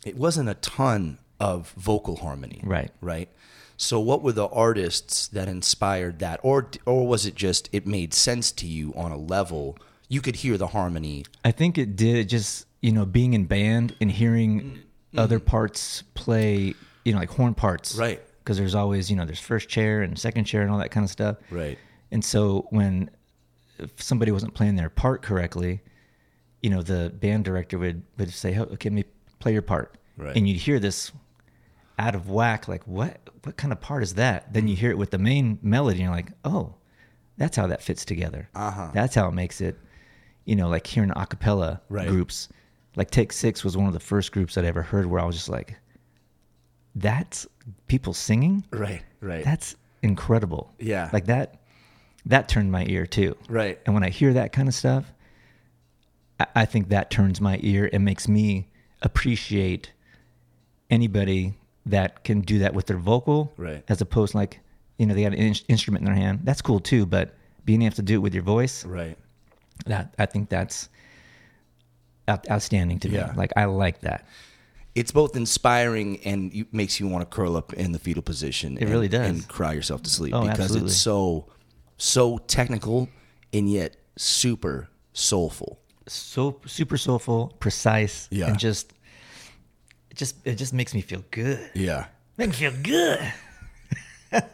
Speaker 2: it wasn't a ton of vocal harmony.
Speaker 3: Right.
Speaker 2: Right. So what were the artists that inspired that or or was it just it made sense to you on a level you could hear the harmony
Speaker 3: I think it did just, you know, being in band and hearing other parts play, you know, like horn parts.
Speaker 2: Mm-hmm. Right.
Speaker 3: Because there's always, you know, there's first chair and second chair and all that kind of stuff.
Speaker 2: Right.
Speaker 3: And so when if somebody wasn't playing their part correctly, you know, the band director would, would say, "Oh, okay, let me play your part.
Speaker 2: Right.
Speaker 3: And you'd hear this out of whack, like, what, what kind of part is that? Then you hear it with the main melody and you're like, oh, that's how that fits together.
Speaker 2: Uh-huh.
Speaker 3: That's how it makes it, you know, like hearing a cappella
Speaker 2: Right.
Speaker 3: groups. Like Take Six was one of the first groups that I ever heard where I was just like, that's people singing?
Speaker 2: Right, right.
Speaker 3: That's incredible.
Speaker 2: Yeah.
Speaker 3: Like that that turned my ear too.
Speaker 2: Right.
Speaker 3: And when I hear that kind of stuff, I, I think that turns my ear and makes me appreciate anybody that can do that with their vocal.
Speaker 2: Right.
Speaker 3: As opposed like, you know, they got an in- instrument in their hand. That's cool too, but being able to do it with your voice,
Speaker 2: right.
Speaker 3: that I think that's out- outstanding to me.
Speaker 2: Yeah.
Speaker 3: Like I like that.
Speaker 2: It's both inspiring and you, makes you want to curl up in the fetal position. It and,
Speaker 3: really does.
Speaker 2: and cry yourself to sleep
Speaker 3: Oh,
Speaker 2: because
Speaker 3: absolutely.
Speaker 2: it's so so technical and yet super soulful.
Speaker 3: So super soulful, precise,
Speaker 2: Yeah.
Speaker 3: and just it just it just makes me feel good.
Speaker 2: Yeah,
Speaker 3: Make me feel good,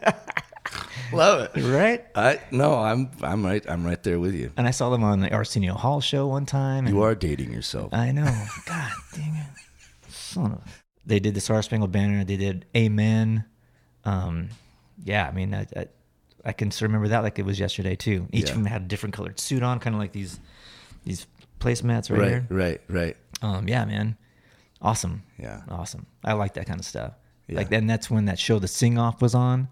Speaker 2: love it.
Speaker 3: right?
Speaker 2: I no, I'm I'm right I'm right there with you.
Speaker 3: And I saw them on the Arsenio Hall show one time. And
Speaker 2: You are dating yourself.
Speaker 3: I know. God dang it. Son of a- They did the Star Spangled Banner. They did Amen. Um, yeah, I mean, I, I, I can still remember that like it was yesterday too. Each
Speaker 2: Yeah.
Speaker 3: of them had a different colored suit on, kind of like these these placemats right,
Speaker 2: right,
Speaker 3: here.
Speaker 2: right, right.
Speaker 3: Um, yeah, man, awesome.
Speaker 2: Yeah.
Speaker 3: awesome. I like that kind of stuff.
Speaker 2: Yeah.
Speaker 3: Like, and that's when that show, The Sing Off, was on.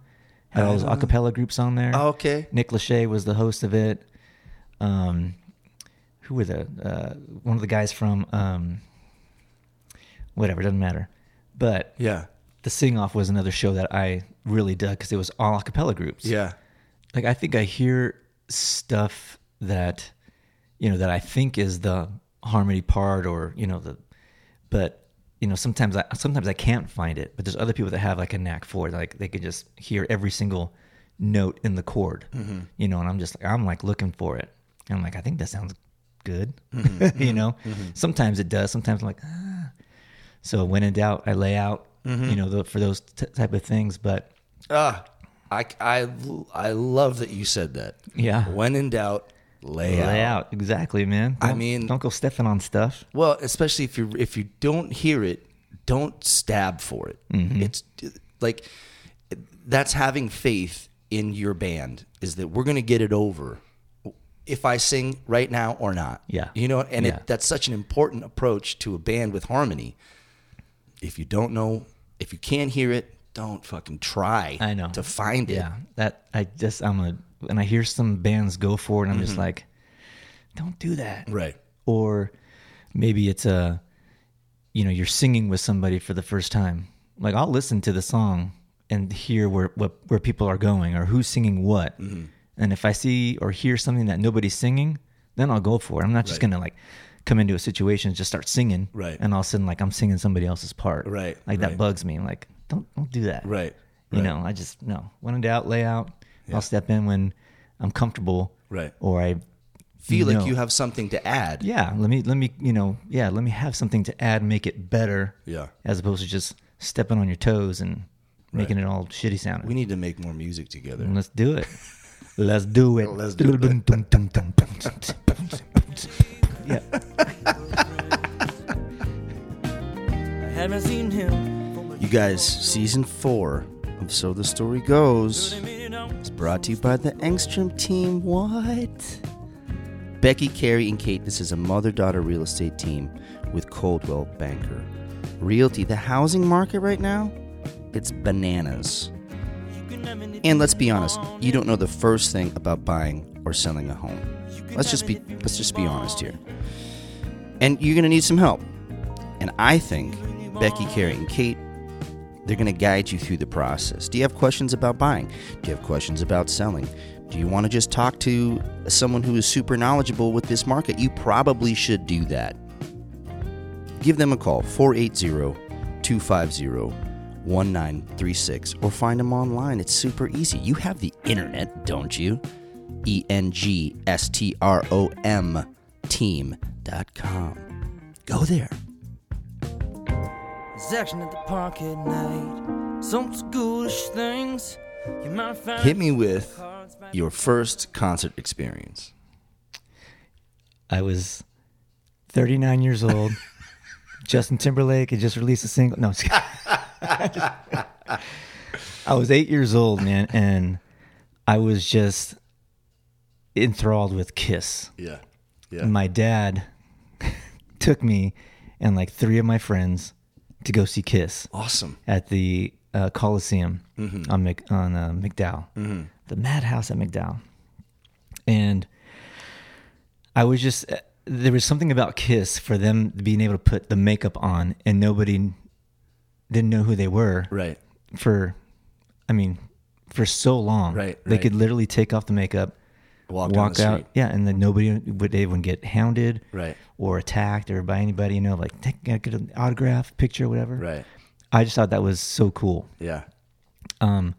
Speaker 3: Had all those
Speaker 2: Ah.
Speaker 3: acapella groups on there.
Speaker 2: Oh, okay.
Speaker 3: Nick Lachey was the host of it. Um, who were the uh, one of the guys from um, whatever doesn't matter, but
Speaker 2: Yeah,
Speaker 3: the Sing Off was another show that I really dug because it was all acapella groups
Speaker 2: yeah,
Speaker 3: like I think I hear stuff that you know that I think is the harmony part or you know the but you know sometimes I sometimes I can't find it but there's other people that have like a knack for it like they can just hear every single note in the chord you know and I'm just like I'm like looking for it and I'm like I think that sounds good you know sometimes it does sometimes I'm like ah. so when in doubt I lay out you know the, for those t- type of things but
Speaker 2: Ah, I, I, I love that you said that.
Speaker 3: Yeah.
Speaker 2: When in doubt, lay,
Speaker 3: Lay
Speaker 2: out.
Speaker 3: out exactly, man.
Speaker 2: I
Speaker 3: Don't-
Speaker 2: mean-
Speaker 3: don't go stepping on stuff.
Speaker 2: Well, especially if you if you don't hear it, don't stab for it.
Speaker 3: Mm-hmm.
Speaker 2: It's like that's having faith in your band is that we're going to get it over if I sing right now or not.
Speaker 3: Yeah.
Speaker 2: You know, and
Speaker 3: Yeah.
Speaker 2: it, that's such an important approach to a band with harmony. If you don't know, if you can't hear it, don't fucking try
Speaker 3: I know.
Speaker 2: to find it.
Speaker 3: Yeah, that I just I'm a and I hear some bands go for it, and I'm
Speaker 2: Mm-hmm.
Speaker 3: just like, don't do that.
Speaker 2: Right.
Speaker 3: Or maybe it's a, you know, you're singing with somebody for the first time. Like I'll listen to the song and hear where what, where people are going or who's singing what,
Speaker 2: Mm-hmm.
Speaker 3: and if I see or hear something that nobody's singing, then I'll go for it. I'm not just
Speaker 2: Right.
Speaker 3: gonna like come into a situation and just start singing,
Speaker 2: Right.
Speaker 3: And all of a sudden, like I'm singing somebody else's part,
Speaker 2: Right,
Speaker 3: Like that
Speaker 2: right.
Speaker 3: bugs me. Like don't don't do that,
Speaker 2: Right.
Speaker 3: you
Speaker 2: Right.
Speaker 3: know, I just no. When in doubt, lay out. I'll step in when I'm comfortable.
Speaker 2: Right.
Speaker 3: Or I
Speaker 2: Feel
Speaker 3: know-
Speaker 2: like you have something to add.
Speaker 3: Yeah. Let me let me you know yeah let me have something to add, make it better.
Speaker 2: Yeah.
Speaker 3: As opposed to just stepping on your toes and making it all shitty sounding.
Speaker 2: We need to make more music together.
Speaker 3: Let's do it. Let's do it.
Speaker 2: Let's do
Speaker 3: it. yeah.
Speaker 1: I haven't seen him for
Speaker 2: You guys, season four of So the Story Goes
Speaker 1: a minute now.
Speaker 2: is brought to you by the Engstrom team. What? Becky, Carrie, and Kate, this is a mother daughter real estate team with Coldwell Banker. Realty, the housing market right now, it's bananas. And let's be honest, you don't know the first thing about buying or selling a home. Let's just be let's just be honest here. And you're gonna need some help. And I think Becky, Carrie, and Kate they're going to guide you through the process. Do you have questions about buying? Do you have questions about selling? Do you want to just talk to someone who is super knowledgeable with this market? You probably should do that. Give them a call 480 250 1936 or find them online. It's super easy. You have the internet, don't you? E N G S T R O M team.com. Go there.
Speaker 1: There's action at the park at night. Some schoolish things. You might find
Speaker 2: Hit me with your first concert experience.
Speaker 3: I was 39 years old. Justin Timberlake had just released a single. No, I'm just kidding. I was eight years old, man, and I was just enthralled with Kiss.
Speaker 2: Yeah.
Speaker 3: And my dad took me and like three of my friends to go see Kiss
Speaker 2: Awesome.
Speaker 3: at the uh, Coliseum
Speaker 2: Mm-hmm.
Speaker 3: on Mc, on uh, McDowell, the Madhouse at McDowell, and I was just uh, there was something about Kiss for them being able to put the makeup on and nobody didn't know who they were
Speaker 2: Right.
Speaker 3: for, I mean, for so long
Speaker 2: Right,
Speaker 3: they
Speaker 2: right.
Speaker 3: could literally take off the makeup,
Speaker 2: Walk down
Speaker 3: walk
Speaker 2: the
Speaker 3: out.
Speaker 2: street.
Speaker 3: Yeah, and then nobody would they would get hounded,
Speaker 2: Right.
Speaker 3: or attacked or by anybody. You know, like "Take- can I get an autograph, picture, whatever.
Speaker 2: Right.
Speaker 3: I just thought that was so cool.
Speaker 2: Yeah.
Speaker 3: Um,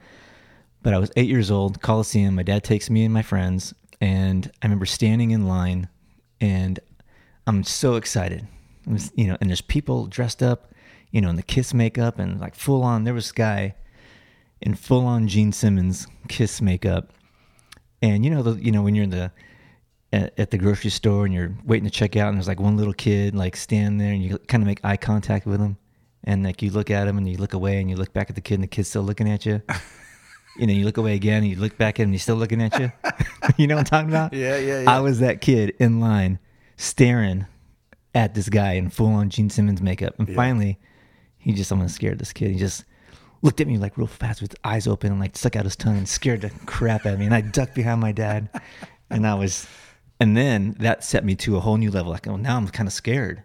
Speaker 3: but I was eight years old, Coliseum. My dad takes me and my friends, and I remember standing in line, and I'm so excited. It was, you know, and there's people dressed up, you know, in the Kiss makeup and like full on. There was a guy in full on Gene Simmons Kiss makeup, and you know, the, you know, when you're in the at, at the grocery store and you're waiting to check out, and there's like one little kid like standing there, and you kind of make eye contact with him, and like you look at him and you look away, and you look back at the kid, and the kid's still looking at you. You know, you look away again, and you look back at him, and he's still looking at you. you know what I'm talking about?
Speaker 2: Yeah, yeah, yeah.
Speaker 3: I was that kid in line, staring at this guy in full on Gene Simmons makeup, and finally, he just someone scared this kid. He just looked at me like real fast with his eyes open and like stuck out his tongue and scared the crap out of me. And I ducked behind my dad, and I was, and then that set me to a whole new level. Like, oh, now I'm kind of scared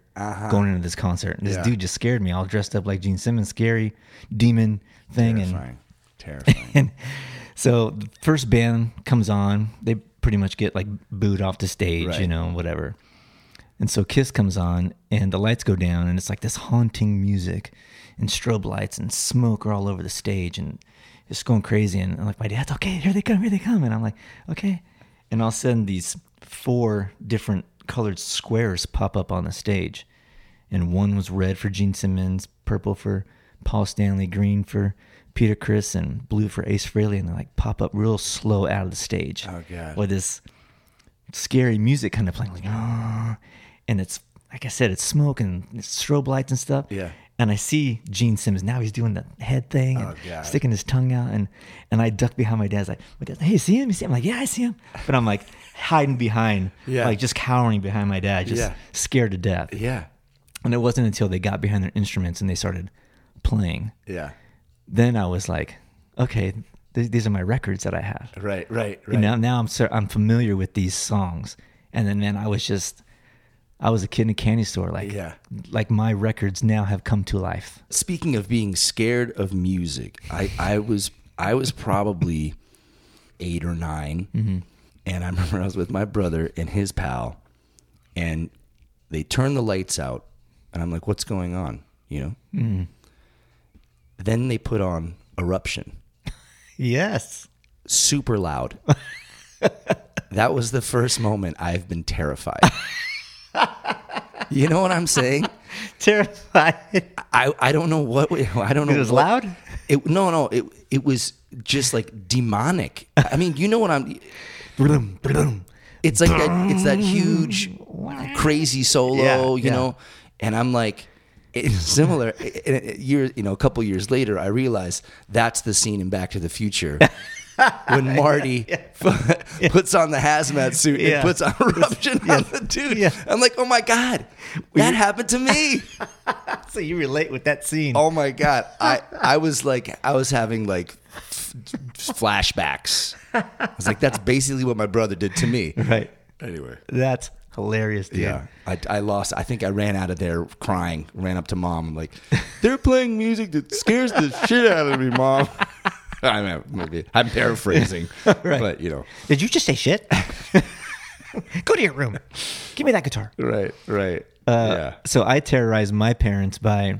Speaker 3: going into this concert. And this
Speaker 2: Uh-huh. Yeah.
Speaker 3: dude just scared me, all dressed up like Gene Simmons, scary demon thing, and
Speaker 2: Terrifying. Terrifying.
Speaker 3: and so the first band comes on, they pretty much get like booed off the stage,
Speaker 2: Right.
Speaker 3: you know, whatever. And so Kiss comes on and the lights go down and it's like this haunting music and strobe lights and smoke are all over the stage and it's going crazy and I'm like my dad's okay, here they come, here they come and I'm like, okay. And all of a sudden these four different colored squares pop up on the stage. And one was red for Gene Simmons, purple for Paul Stanley, green for Peter Chris, and blue for Ace Frehley, and they like pop up real slow out of the stage.
Speaker 2: Oh, God.
Speaker 3: With this scary music kind of playing, like, "Ah," and it's like I said, it's smoke and it's strobe lights and stuff.
Speaker 2: Yeah.
Speaker 3: And I see Gene Simmons now. He's doing the head thing and
Speaker 2: Oh, God.
Speaker 3: sticking his tongue out, and and I duck behind my dad's like, my dad's like, hey, see him? You see him? I'm like, yeah, I see him. But I'm like hiding behind,
Speaker 2: Yeah.
Speaker 3: like just cowering behind my dad, just
Speaker 2: Yeah.
Speaker 3: scared to death.
Speaker 2: yeah.
Speaker 3: And it wasn't until they got behind their instruments and they started playing.
Speaker 2: Yeah.
Speaker 3: Then I was like, okay, th- these are my records that I have.
Speaker 2: Right. Right. Right.
Speaker 3: You know, now I'm so, I'm familiar with these songs. And then man, I was just I was a kid in a candy store like
Speaker 2: Yeah.
Speaker 3: like my records now have come to life.
Speaker 2: Speaking of being scared of music, I, I was I was probably eight or 9 and I remember I was with my brother and his pal, and they turned the lights out, and I'm like, "What's going on?" You know. Then they put on Eruption,
Speaker 3: Yes.
Speaker 2: super loud. that was the first moment I've been terrified. you know what I'm saying?
Speaker 3: Terrified.
Speaker 2: I, I don't know what we- I don't know.
Speaker 3: It was
Speaker 2: what-
Speaker 3: loud?
Speaker 2: It no no it it was just like demonic. I mean you know what I'm. It's like that, it's that huge crazy solo
Speaker 3: Yeah,
Speaker 2: you
Speaker 3: yeah.
Speaker 2: know, and I'm like it's similar. Years you know a couple years later I realized that's the scene in Back to the Future. When Marty puts on the hazmat suit
Speaker 3: Yeah.
Speaker 2: and puts on eruption on the dude,
Speaker 3: Yeah.
Speaker 2: I'm like, oh my god, that happened to me.
Speaker 3: So you relate with that scene.
Speaker 2: Oh my god, I I was like I was having like f- flashbacks. I was like, that's basically what my brother did to me.
Speaker 3: Right.
Speaker 2: Anyway,
Speaker 3: That's hilarious, dude.
Speaker 2: yeah, I, I lost. I think I ran out of there crying. Ran up to mom. I'm like, they're playing music that scares the shit out of me, mom. I mean, maybe I'm paraphrasing, but you know,
Speaker 3: Did you just say shit? Go to your room. Give me that guitar.
Speaker 2: right, right, yeah,
Speaker 3: so I terrorized my parents by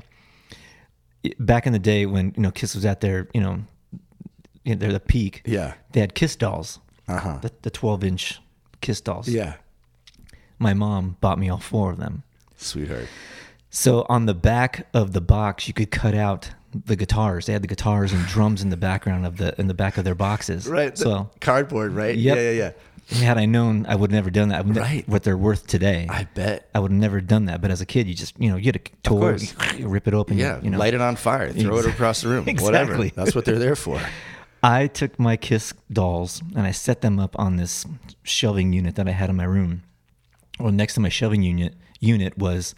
Speaker 3: back in the day when you know Kiss was at their you know you know, they're the peak.
Speaker 2: Yeah.
Speaker 3: they had Kiss dolls.
Speaker 2: Uh-huh.
Speaker 3: The, the twelve inch Kiss dolls.
Speaker 2: yeah,
Speaker 3: my mom bought me all four of them.
Speaker 2: sweetheart.
Speaker 3: So on the back of the box, you could cut out the guitars. They had the guitars and drums in the background of the in the back of their boxes.
Speaker 2: Right, the
Speaker 3: So
Speaker 2: cardboard, right?
Speaker 3: Yep.
Speaker 2: Yeah, yeah, yeah.
Speaker 3: had I known, I would have never done that. I would ne-
Speaker 2: Right.
Speaker 3: What they're worth today.
Speaker 2: I bet.
Speaker 3: I would have never done that. But as a kid, you just, you know, you had a toy,
Speaker 2: course.
Speaker 3: you rip it open,
Speaker 2: Yeah,
Speaker 3: you know.
Speaker 2: light it on fire, throw it across the room, whatever.
Speaker 3: Exactly.
Speaker 2: That's what they're there for.
Speaker 3: I took my Kiss dolls and I set them up on this shelving unit that I had in my room. Well, next to my shelving unit unit was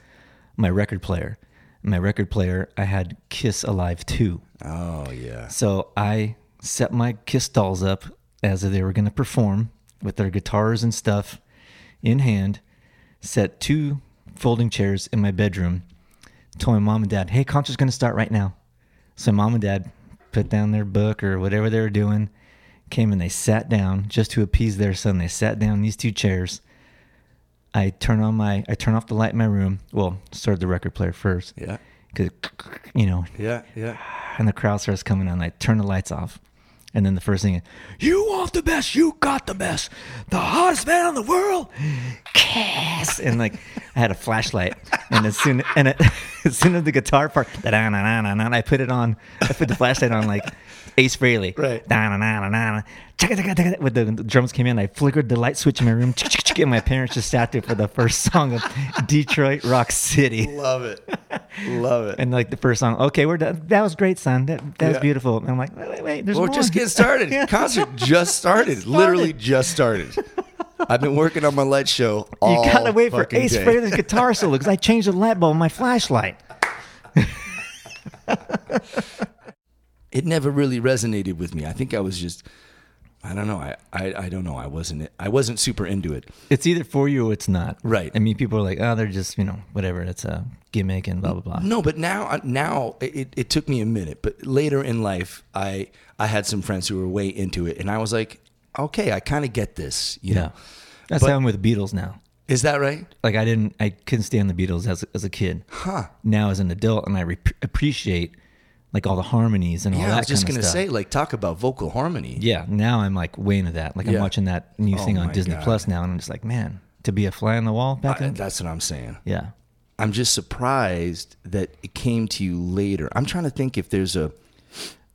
Speaker 3: my record player. My record player, I had Kiss Alive 2.
Speaker 2: Oh yeah.
Speaker 3: So I set my Kiss dolls up as if they were going to perform with their guitars and stuff in hand. Set two folding chairs in my bedroom. Told my mom and dad, "Hey, concert's going to start right now." So mom and dad put down their book or whatever they were doing, came and they sat down just to appease their son. They sat down in these two chairs. I turn on my, I turn off the light in my room. Well, started the record player first.
Speaker 2: Yeah.
Speaker 3: Cause you know,
Speaker 2: Yeah. Yeah.
Speaker 3: and the crowd starts coming on. I turn the lights off, and then the first thing, you want the best, you got the best, the hottest man in the world, Cass. And like, I had a flashlight, and as soon and it, as soon as the guitar part, da na na na na, I put it on. I put the flashlight on like Ace Frehley,
Speaker 2: Right.
Speaker 3: Da na na na na. Chicka chicka chicka. When the drums came in, I flickered the light switch in my room, chick, chick, chick, and my parents just sat there for the first song of Detroit Rock City.
Speaker 2: Love it. Love it.
Speaker 3: And like the first song, okay, we're done. That was great, son. That, that was
Speaker 2: Yeah.
Speaker 3: beautiful. And I'm like, wait, wait, wait. There's
Speaker 2: We're
Speaker 3: more.
Speaker 2: just getting started.
Speaker 3: Yeah.
Speaker 2: Concert just started. Literally just started. I've been working on my light show
Speaker 3: You
Speaker 2: all
Speaker 3: gotta wait for
Speaker 2: fucking
Speaker 3: Ace
Speaker 2: day.
Speaker 3: Frehley's guitar solo because I changed the light bulb on my flashlight.
Speaker 2: It never really resonated with me. I think I was just I don't know. I, I, I don't know. I wasn't I wasn't super into it.
Speaker 3: It's either for you or it's not.
Speaker 2: Right.
Speaker 3: I mean, people are like, oh, they're just you know whatever. It's a gimmick and blah blah blah.
Speaker 2: No, but now uh, now it, it took me a minute, but later in life I I had some friends who were way into it and I was like, okay, I kind of get this, you
Speaker 3: Yeah.
Speaker 2: know.
Speaker 3: That's how I'm with Beatles now.
Speaker 2: Is that right?
Speaker 3: Like I didn't, I couldn't stand the Beatles as as a kid.
Speaker 2: Huh.
Speaker 3: Now as an adult, and I re- appreciate like all the harmonies and all
Speaker 2: Yeah,
Speaker 3: that.
Speaker 2: I was just
Speaker 3: kind
Speaker 2: gonna
Speaker 3: of stuff.
Speaker 2: say, like, talk about vocal harmony.
Speaker 3: Yeah, now I'm like way into that. Like I'm
Speaker 2: Yeah.
Speaker 3: watching that new
Speaker 2: Oh
Speaker 3: thing on
Speaker 2: my
Speaker 3: Disney
Speaker 2: God.
Speaker 3: Plus now, and I'm just like, man, to be a fly on the wall back
Speaker 2: I-
Speaker 3: in.
Speaker 2: that's what I'm saying.
Speaker 3: yeah,
Speaker 2: I'm just surprised that it came to you later. I'm trying to think if there's a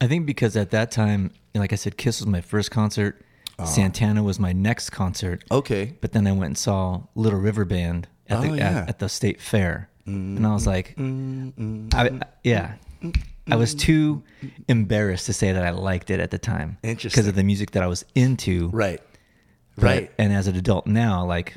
Speaker 3: I think because at that time, like I said, Kiss was my first concert.
Speaker 2: Ah.
Speaker 3: Santana was my next concert.
Speaker 2: okay.
Speaker 3: But then I went and saw Little River Band at,
Speaker 2: Oh,
Speaker 3: the,
Speaker 2: yeah. Mm-hmm.
Speaker 3: at, at the state fair, and I was like, I, I- yeah. I was
Speaker 2: Mm-hmm.
Speaker 3: too embarrassed to say that I liked it at the time, because
Speaker 2: Interesting.
Speaker 3: of the music that I was into.
Speaker 2: Right.
Speaker 3: But-
Speaker 2: Right.
Speaker 3: And as an adult now, like,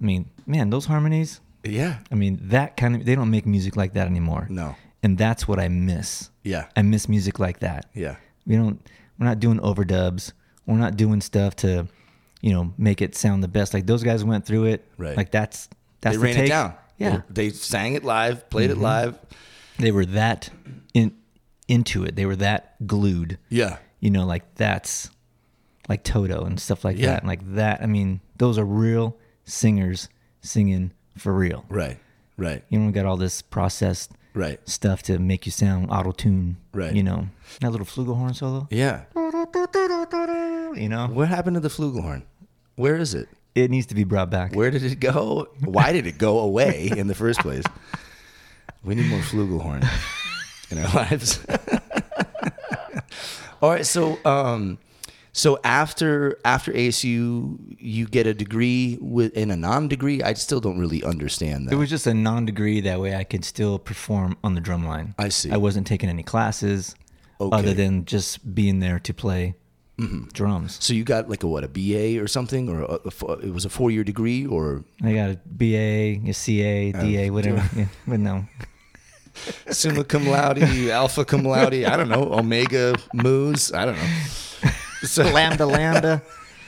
Speaker 3: I mean, man, those harmonies,
Speaker 2: Yeah.
Speaker 3: I mean, that kind of they don't make music like that anymore.
Speaker 2: No.
Speaker 3: And that's what I miss.
Speaker 2: Yeah.
Speaker 3: I miss music like that.
Speaker 2: Yeah.
Speaker 3: We don't we're not doing overdubs. We're not doing stuff to, you know, make it sound the best. Like those guys went through it.
Speaker 2: Right.
Speaker 3: Like that's that's
Speaker 2: they
Speaker 3: the
Speaker 2: ran
Speaker 3: take.
Speaker 2: it down.
Speaker 3: Yeah. Mm-hmm.
Speaker 2: They, they sang it live, played it live.
Speaker 3: They were that in into it. They were that glued.
Speaker 2: Yeah.
Speaker 3: You know, like that's like Toto and stuff like
Speaker 2: Yeah.
Speaker 3: that. And like that I mean, those are real singers singing for real.
Speaker 2: Right. Right.
Speaker 3: You know, we got all this processed
Speaker 2: Right.
Speaker 3: stuff to make you sound auto tune.
Speaker 2: Right.
Speaker 3: You know, that little flugelhorn solo.
Speaker 2: Yeah.
Speaker 3: You know,
Speaker 2: What happened to the flugelhorn? Where is it?
Speaker 3: it needs to be brought back.
Speaker 2: Where did it go? Why did it go away in the first place? We need more flugelhorn in our lives. All right, so um, so after after ASU, you get a degree with in a non degree. I still don't really understand that.
Speaker 3: It was just a non degree. That way I could still perform on the drum line.
Speaker 2: I see.
Speaker 3: I wasn't taking any classes
Speaker 2: Okay. Mm-hmm.
Speaker 3: other than just being there to play drums.
Speaker 2: so you got like a what a BA or something, or a, a fo- it was a four year degree, or
Speaker 3: I got a BA, a CA,
Speaker 2: Uh,
Speaker 3: DA, whatever. Yeah, but no.
Speaker 2: summa cum laude, alpha cum laude. I don't know, omega moos. I don't know. So
Speaker 3: Lambda, lambda.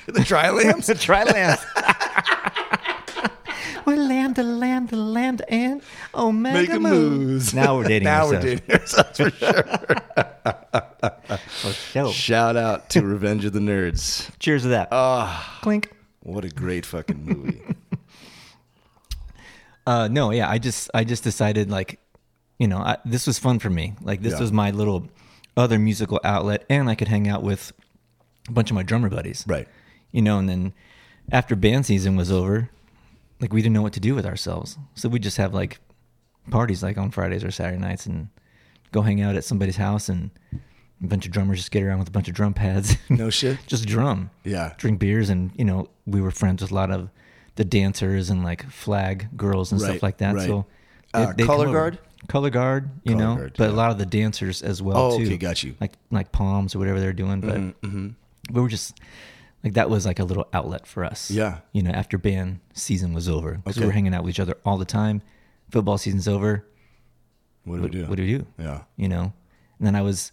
Speaker 2: the trilams.
Speaker 3: Try lambda. We're lambda, lambda, lambda, and omega
Speaker 2: Omega moos.
Speaker 3: moves. Now we're dating
Speaker 2: now
Speaker 3: ourselves.
Speaker 2: we're dating ourselves.
Speaker 3: For sure.
Speaker 2: Shout out to Revenge of the Nerds.
Speaker 3: Cheers to that.
Speaker 2: Ah.
Speaker 3: Clink.
Speaker 2: What a great fucking movie.
Speaker 3: Uh, no, yeah, I just I just decided like, you know, I, this was fun for me. Like this
Speaker 2: Yeah.
Speaker 3: was my little other musical outlet, and I could hang out with a bunch of my drummer buddies.
Speaker 2: Right.
Speaker 3: You know, and then after band season was over, like we didn't know what to do with ourselves, so we just have like parties like on Fridays or Saturday nights, and go hang out at somebody's house, and a bunch of drummers just get around with a bunch of drum pads.
Speaker 2: No shit.
Speaker 3: just drum.
Speaker 2: Yeah.
Speaker 3: Drink beers and you know, we were friends with a lot of the dancers and like flag girls and
Speaker 2: Right,
Speaker 3: stuff like that.
Speaker 2: right.
Speaker 3: So
Speaker 2: Uh,
Speaker 3: come
Speaker 2: color
Speaker 3: over.
Speaker 2: guard?
Speaker 3: Color guard, you
Speaker 2: Color
Speaker 3: know,
Speaker 2: guard,
Speaker 3: but
Speaker 2: yeah.
Speaker 3: a lot of the dancers as well
Speaker 2: Oh,
Speaker 3: too.
Speaker 2: okay, got you. Mm-hmm,
Speaker 3: Like like palms or whatever they're doing, but we were just like that was like a little outlet for us.
Speaker 2: Yeah.
Speaker 3: you know, after band season was over, because we
Speaker 2: Okay.
Speaker 3: were hanging out with each other all the time. Football season's over.
Speaker 2: What do we do?
Speaker 3: What do we do?
Speaker 2: Yeah.
Speaker 3: you know. And then I was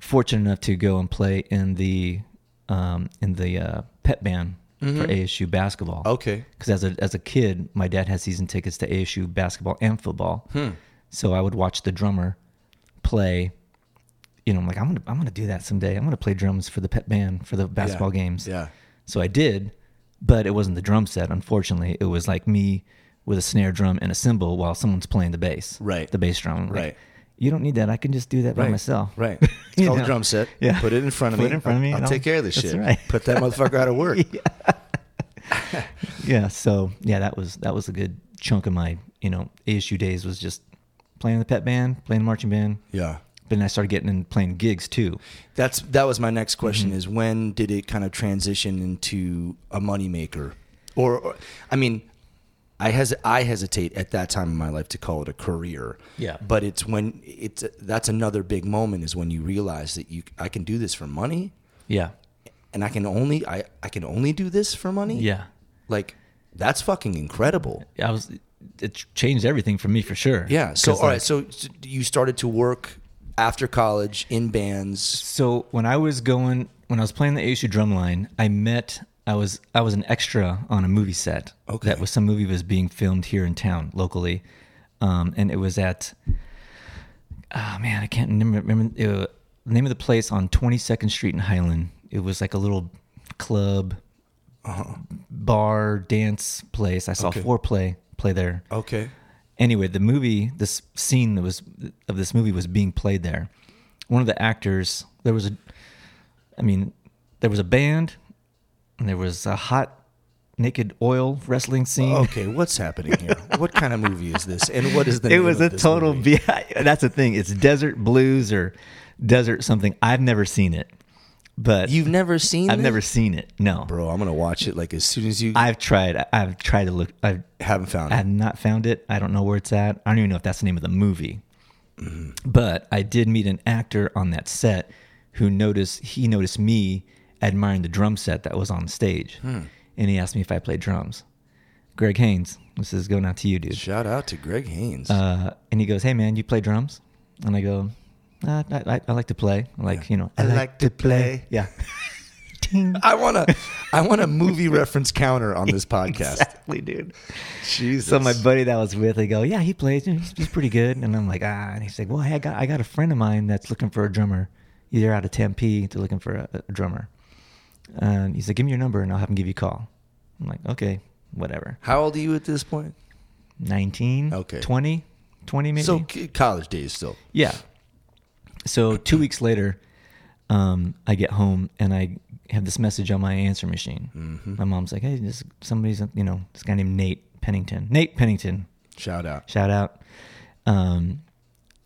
Speaker 3: fortunate enough to go and play in the um, in the uh, pet band for ASU basketball.
Speaker 2: Okay.
Speaker 3: Because as a as a kid, my dad had season tickets to ASU basketball and football. So I would watch the drummer play you know, I'm like, I'm gonna, I'm gonna do that someday. I'm gonna play drums for the pet band for the basketball games.
Speaker 2: yeah.
Speaker 3: So I did, but it wasn't the drum set. Unfortunately, it was like me with a snare drum and a cymbal while someone's playing the bass.
Speaker 2: Right.
Speaker 3: The bass drum. Like,
Speaker 2: Right.
Speaker 3: You don't need that. I can just do that by
Speaker 2: Right.
Speaker 3: myself.
Speaker 2: Right. It's
Speaker 3: You
Speaker 2: called a
Speaker 3: know?
Speaker 2: drum set.
Speaker 3: Yeah.
Speaker 2: Put it in front of
Speaker 3: Put
Speaker 2: me.
Speaker 3: it in front of me
Speaker 2: I'll,
Speaker 3: and
Speaker 2: I'll take care of this
Speaker 3: that's
Speaker 2: shit.
Speaker 3: right.
Speaker 2: Put that motherfucker out of work.
Speaker 3: Yeah. So yeah, that was that was a good chunk of my you know ASU days was just playing the pet band, playing the marching band.
Speaker 2: yeah.
Speaker 3: But then I started getting in playing gigs too.
Speaker 2: That's that was my
Speaker 3: Mm-hmm.
Speaker 2: next question is when did it kind of transition into a moneymaker? Or, or I mean, I hes I hesitate at that time in my life to call it a career.
Speaker 3: Yeah.
Speaker 2: But it's when it's that's another big moment is when you realize that you I can do this for money
Speaker 3: Yeah.
Speaker 2: and I can only I, I can only do this for money.
Speaker 3: Yeah.
Speaker 2: Like that's fucking incredible.
Speaker 3: I was it changed everything for me for sure.
Speaker 2: Yeah. So
Speaker 3: 'Cause,
Speaker 2: all right.
Speaker 3: like,
Speaker 2: So so you started to work after college in bands.
Speaker 3: So when I was going, when I was playing the ASU drum line, I met. I was I was an extra on a movie set.
Speaker 2: Okay.
Speaker 3: that was some movie was being filmed here in town locally, um, and it was at. Oh man, I can't remember, remember uh, the name of the place on Twenty Second Street in Highland. It was like a little club, bar dance place. I saw
Speaker 2: Uh-huh. Okay.
Speaker 3: foreplay play there
Speaker 2: Okay.
Speaker 3: anyway, the movie, this scene that was of this movie was being played there. One of the actors, there was a, I mean, there was a band, and there was a hot naked oil wrestling scene.
Speaker 2: Okay. What's happening here? what kind of movie is this? And what is the?
Speaker 3: It
Speaker 2: name
Speaker 3: was
Speaker 2: of
Speaker 3: a
Speaker 2: this
Speaker 3: total.
Speaker 2: movie?
Speaker 3: B- that's the thing. It's desert blues or desert something. I've never seen it, but
Speaker 2: You've never seen?
Speaker 3: I've
Speaker 2: this?
Speaker 3: never seen it. No,
Speaker 2: Bro, I'm gonna watch it like as soon as you. I
Speaker 3: I've tried. I've tried to look. I've
Speaker 2: haven't found
Speaker 3: I
Speaker 2: it.
Speaker 3: have not found it. I don't know where it's at. I don't even know if that's the name of the movie. But I did meet an actor on that set who noticed he noticed me admiring the drum set that was on stage,
Speaker 2: Hmm.
Speaker 3: and he asked me if I played drums. Greg Haynes, this is going out to you, dude.
Speaker 2: Shout out to Greg Haynes.
Speaker 3: Uh, and he goes, "Hey man, you play drums?" And I go, uh, I, I, "I like to play. Like you know,
Speaker 2: I like to play.
Speaker 3: Yeah. Ding.
Speaker 2: I want to. I want a movie reference counter on this podcast.
Speaker 3: Exactly, dude.
Speaker 2: Jesus.
Speaker 3: So my buddy that I was with, they go, yeah, he plays. you know, He's, he's pretty good. And I'm like, ah. And he's like, well, hey, I got I got a friend of mine that's looking for a drummer. Either out of Tempe, they're looking for a, a drummer. And he's like, give me your number, and I'll have him give you a call. I'm like, okay, whatever.
Speaker 2: How old are you at this point?
Speaker 3: 19,
Speaker 2: Okay.
Speaker 3: 20, 20 maybe.
Speaker 2: So c- college days still.
Speaker 3: Yeah. So two weeks later, um, I get home and I have this message on my answer machine.
Speaker 2: Mm-hmm.
Speaker 3: My mom's like, "Hey, this somebody's you know this guy named Nate Pennington. Nate Pennington,
Speaker 2: Shout out.
Speaker 3: shout out." Um,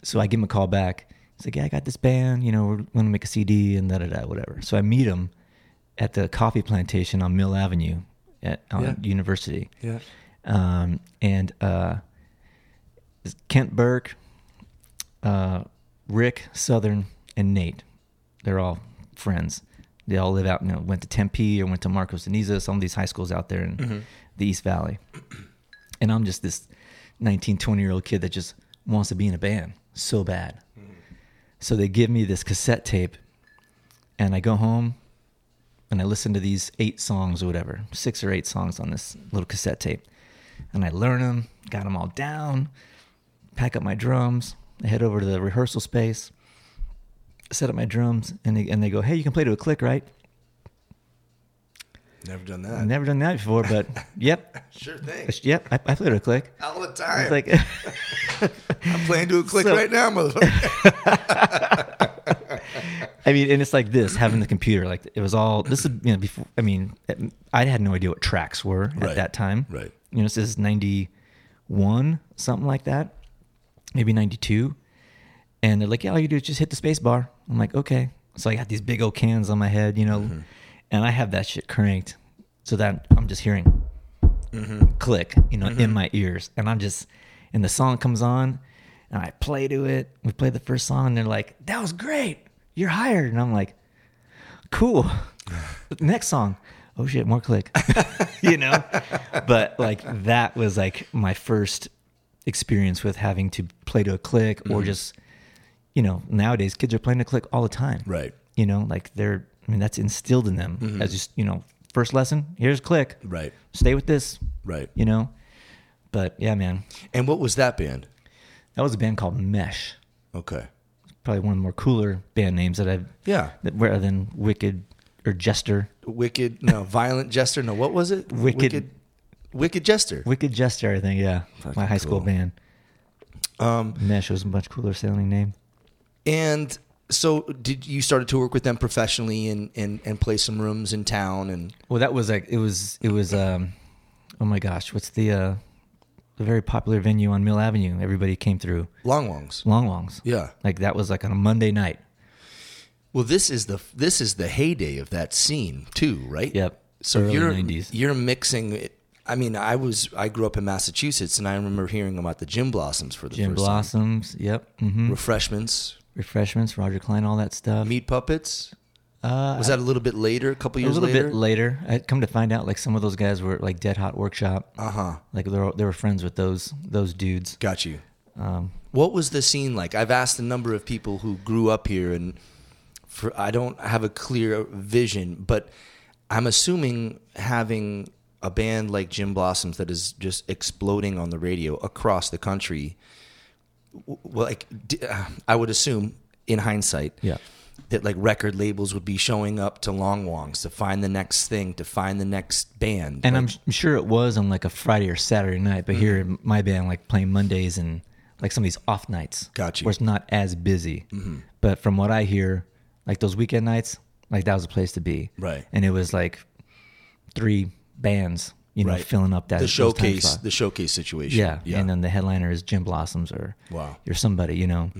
Speaker 3: so I give him a call back. He's like, "Yeah, I got this band. You know, we're going to make a CD and da da da, whatever." So I meet him at the coffee plantation on Mill Avenue at on
Speaker 2: Yeah.
Speaker 3: University
Speaker 2: Yeah.
Speaker 3: um, and uh, it's Kent Burke, uh, Rick Southern, and Nate. They're all friends. They all live out, you know, went to Tempe or went to Marcos Deniza, some of these high schools out there in the East Valley. And I'm just this 19, 20 year old kid that just wants to be in a band so bad. So they give me this cassette tape, and I go home and I listen to these eight songs or whatever, six or eight songs on this little cassette tape. And I learn them, got them all down, pack up my drums, I head over to the rehearsal space, set up my drums, and they, and they go, hey, you can play to a click, right?
Speaker 2: Never done
Speaker 3: I've
Speaker 2: that.
Speaker 3: never done that before, but yep,
Speaker 2: Sure thing.
Speaker 3: yep, I, I play to a click.
Speaker 2: All the
Speaker 3: It's
Speaker 2: time.
Speaker 3: like,
Speaker 2: I'm playing to a click
Speaker 3: So-
Speaker 2: right now, motherfucker.
Speaker 3: I mean, and it's like this having the computer, like it was all this is you know before. I mean, I had no idea what tracks were at
Speaker 2: Right.
Speaker 3: that time.
Speaker 2: Right.
Speaker 3: You know, this is ninety one, something like that, maybe ninety two, and they're like, "Yeah, all you do is just hit the space bar." I'm like, "Okay." So I got these big old cans on my head, you know,
Speaker 2: Mm-hmm.
Speaker 3: and I have that shit cranked so that I'm just hearing click, you know, in my ears. And I'm just, and the song comes on and I play to it. We play the first song and they're like, that was great. You're hired. And I'm like, cool. Next song. Oh shit, more click, you know? But like that was like my first experience with having to play to a click or just, you know, nowadays kids are playing to click all the time
Speaker 2: Right.
Speaker 3: you know like they're i mean that's instilled in them as just you know first lesson here's click
Speaker 2: Right.
Speaker 3: stay with this
Speaker 2: Right.
Speaker 3: you know but yeah man
Speaker 2: And what was that band?
Speaker 3: that was a band called mesh
Speaker 2: Okay.
Speaker 3: probably one of the more cooler band names that I've
Speaker 2: Yeah.
Speaker 3: that, rather than Wicked or Jester.
Speaker 2: Wicked, no, violent jester. No, what was it?
Speaker 3: Wicked-
Speaker 2: wicked, Wicked jester.
Speaker 3: Wicked Jester, I think. Yeah, my high school
Speaker 2: cool.
Speaker 3: band.
Speaker 2: Um,
Speaker 3: Mesh was a much cooler sounding name.
Speaker 2: and so did you started to work with them professionally and and and play some rooms in town and
Speaker 3: Well, that was like it was it was um, oh my gosh, what's the uh, the very popular venue on Mill Avenue? Everybody came through
Speaker 2: long longs.
Speaker 3: Long Longs.
Speaker 2: Yeah.
Speaker 3: like that was like on a Monday night.
Speaker 2: Well, this is the this is the heyday of that scene too, right?
Speaker 3: Yep.
Speaker 2: So
Speaker 3: Early
Speaker 2: you're
Speaker 3: 90s.
Speaker 2: you're mixing. It, I mean, I was I grew up in Massachusetts, and I remember hearing about the Jim Blossoms for the
Speaker 3: Jim
Speaker 2: first
Speaker 3: Blossoms. Yep.
Speaker 2: time.
Speaker 3: hmm
Speaker 2: Refreshments,
Speaker 3: Refreshments. Roger Klein. All that stuff.
Speaker 2: Meat Puppets.
Speaker 3: Uh,
Speaker 2: Was that a little bit later? A couple
Speaker 3: a
Speaker 2: years
Speaker 3: little
Speaker 2: later.
Speaker 3: bit later. I come to find out, like some of those guys were like Dead Hot Workshop.
Speaker 2: Uh huh.
Speaker 3: Like they were, they were friends with those those dudes.
Speaker 2: Got you.
Speaker 3: Um,
Speaker 2: What was the scene like? I've asked a number of people who grew up here, and for, I don't have a clear vision, but I'm assuming having a band like Jim Blossoms that is just exploding on the radio across the country. w- Well, like d- uh, I would assume, in hindsight,
Speaker 3: Yeah.
Speaker 2: that like record labels would be showing up to Long Wongs to find the next thing, to find the next band. Like,
Speaker 3: and I'm, I'm sure it was on like a Friday or Saturday night, but here
Speaker 2: Mm-hmm.
Speaker 3: in my band, like playing Mondays and like some of these off nights,
Speaker 2: Got you.
Speaker 3: where it's not as busy.
Speaker 2: Mm-hmm.
Speaker 3: But from what I hear, like those weekend nights, like that was a place to be,
Speaker 2: Right.
Speaker 3: And it was like three bands, you know,
Speaker 2: Right.
Speaker 3: filling up that
Speaker 2: the
Speaker 3: those time
Speaker 2: showcase,
Speaker 3: slots.
Speaker 2: the showcase situation.
Speaker 3: yeah. and then the headliner is Jim Blossoms or
Speaker 2: Wow.
Speaker 3: or somebody, you know.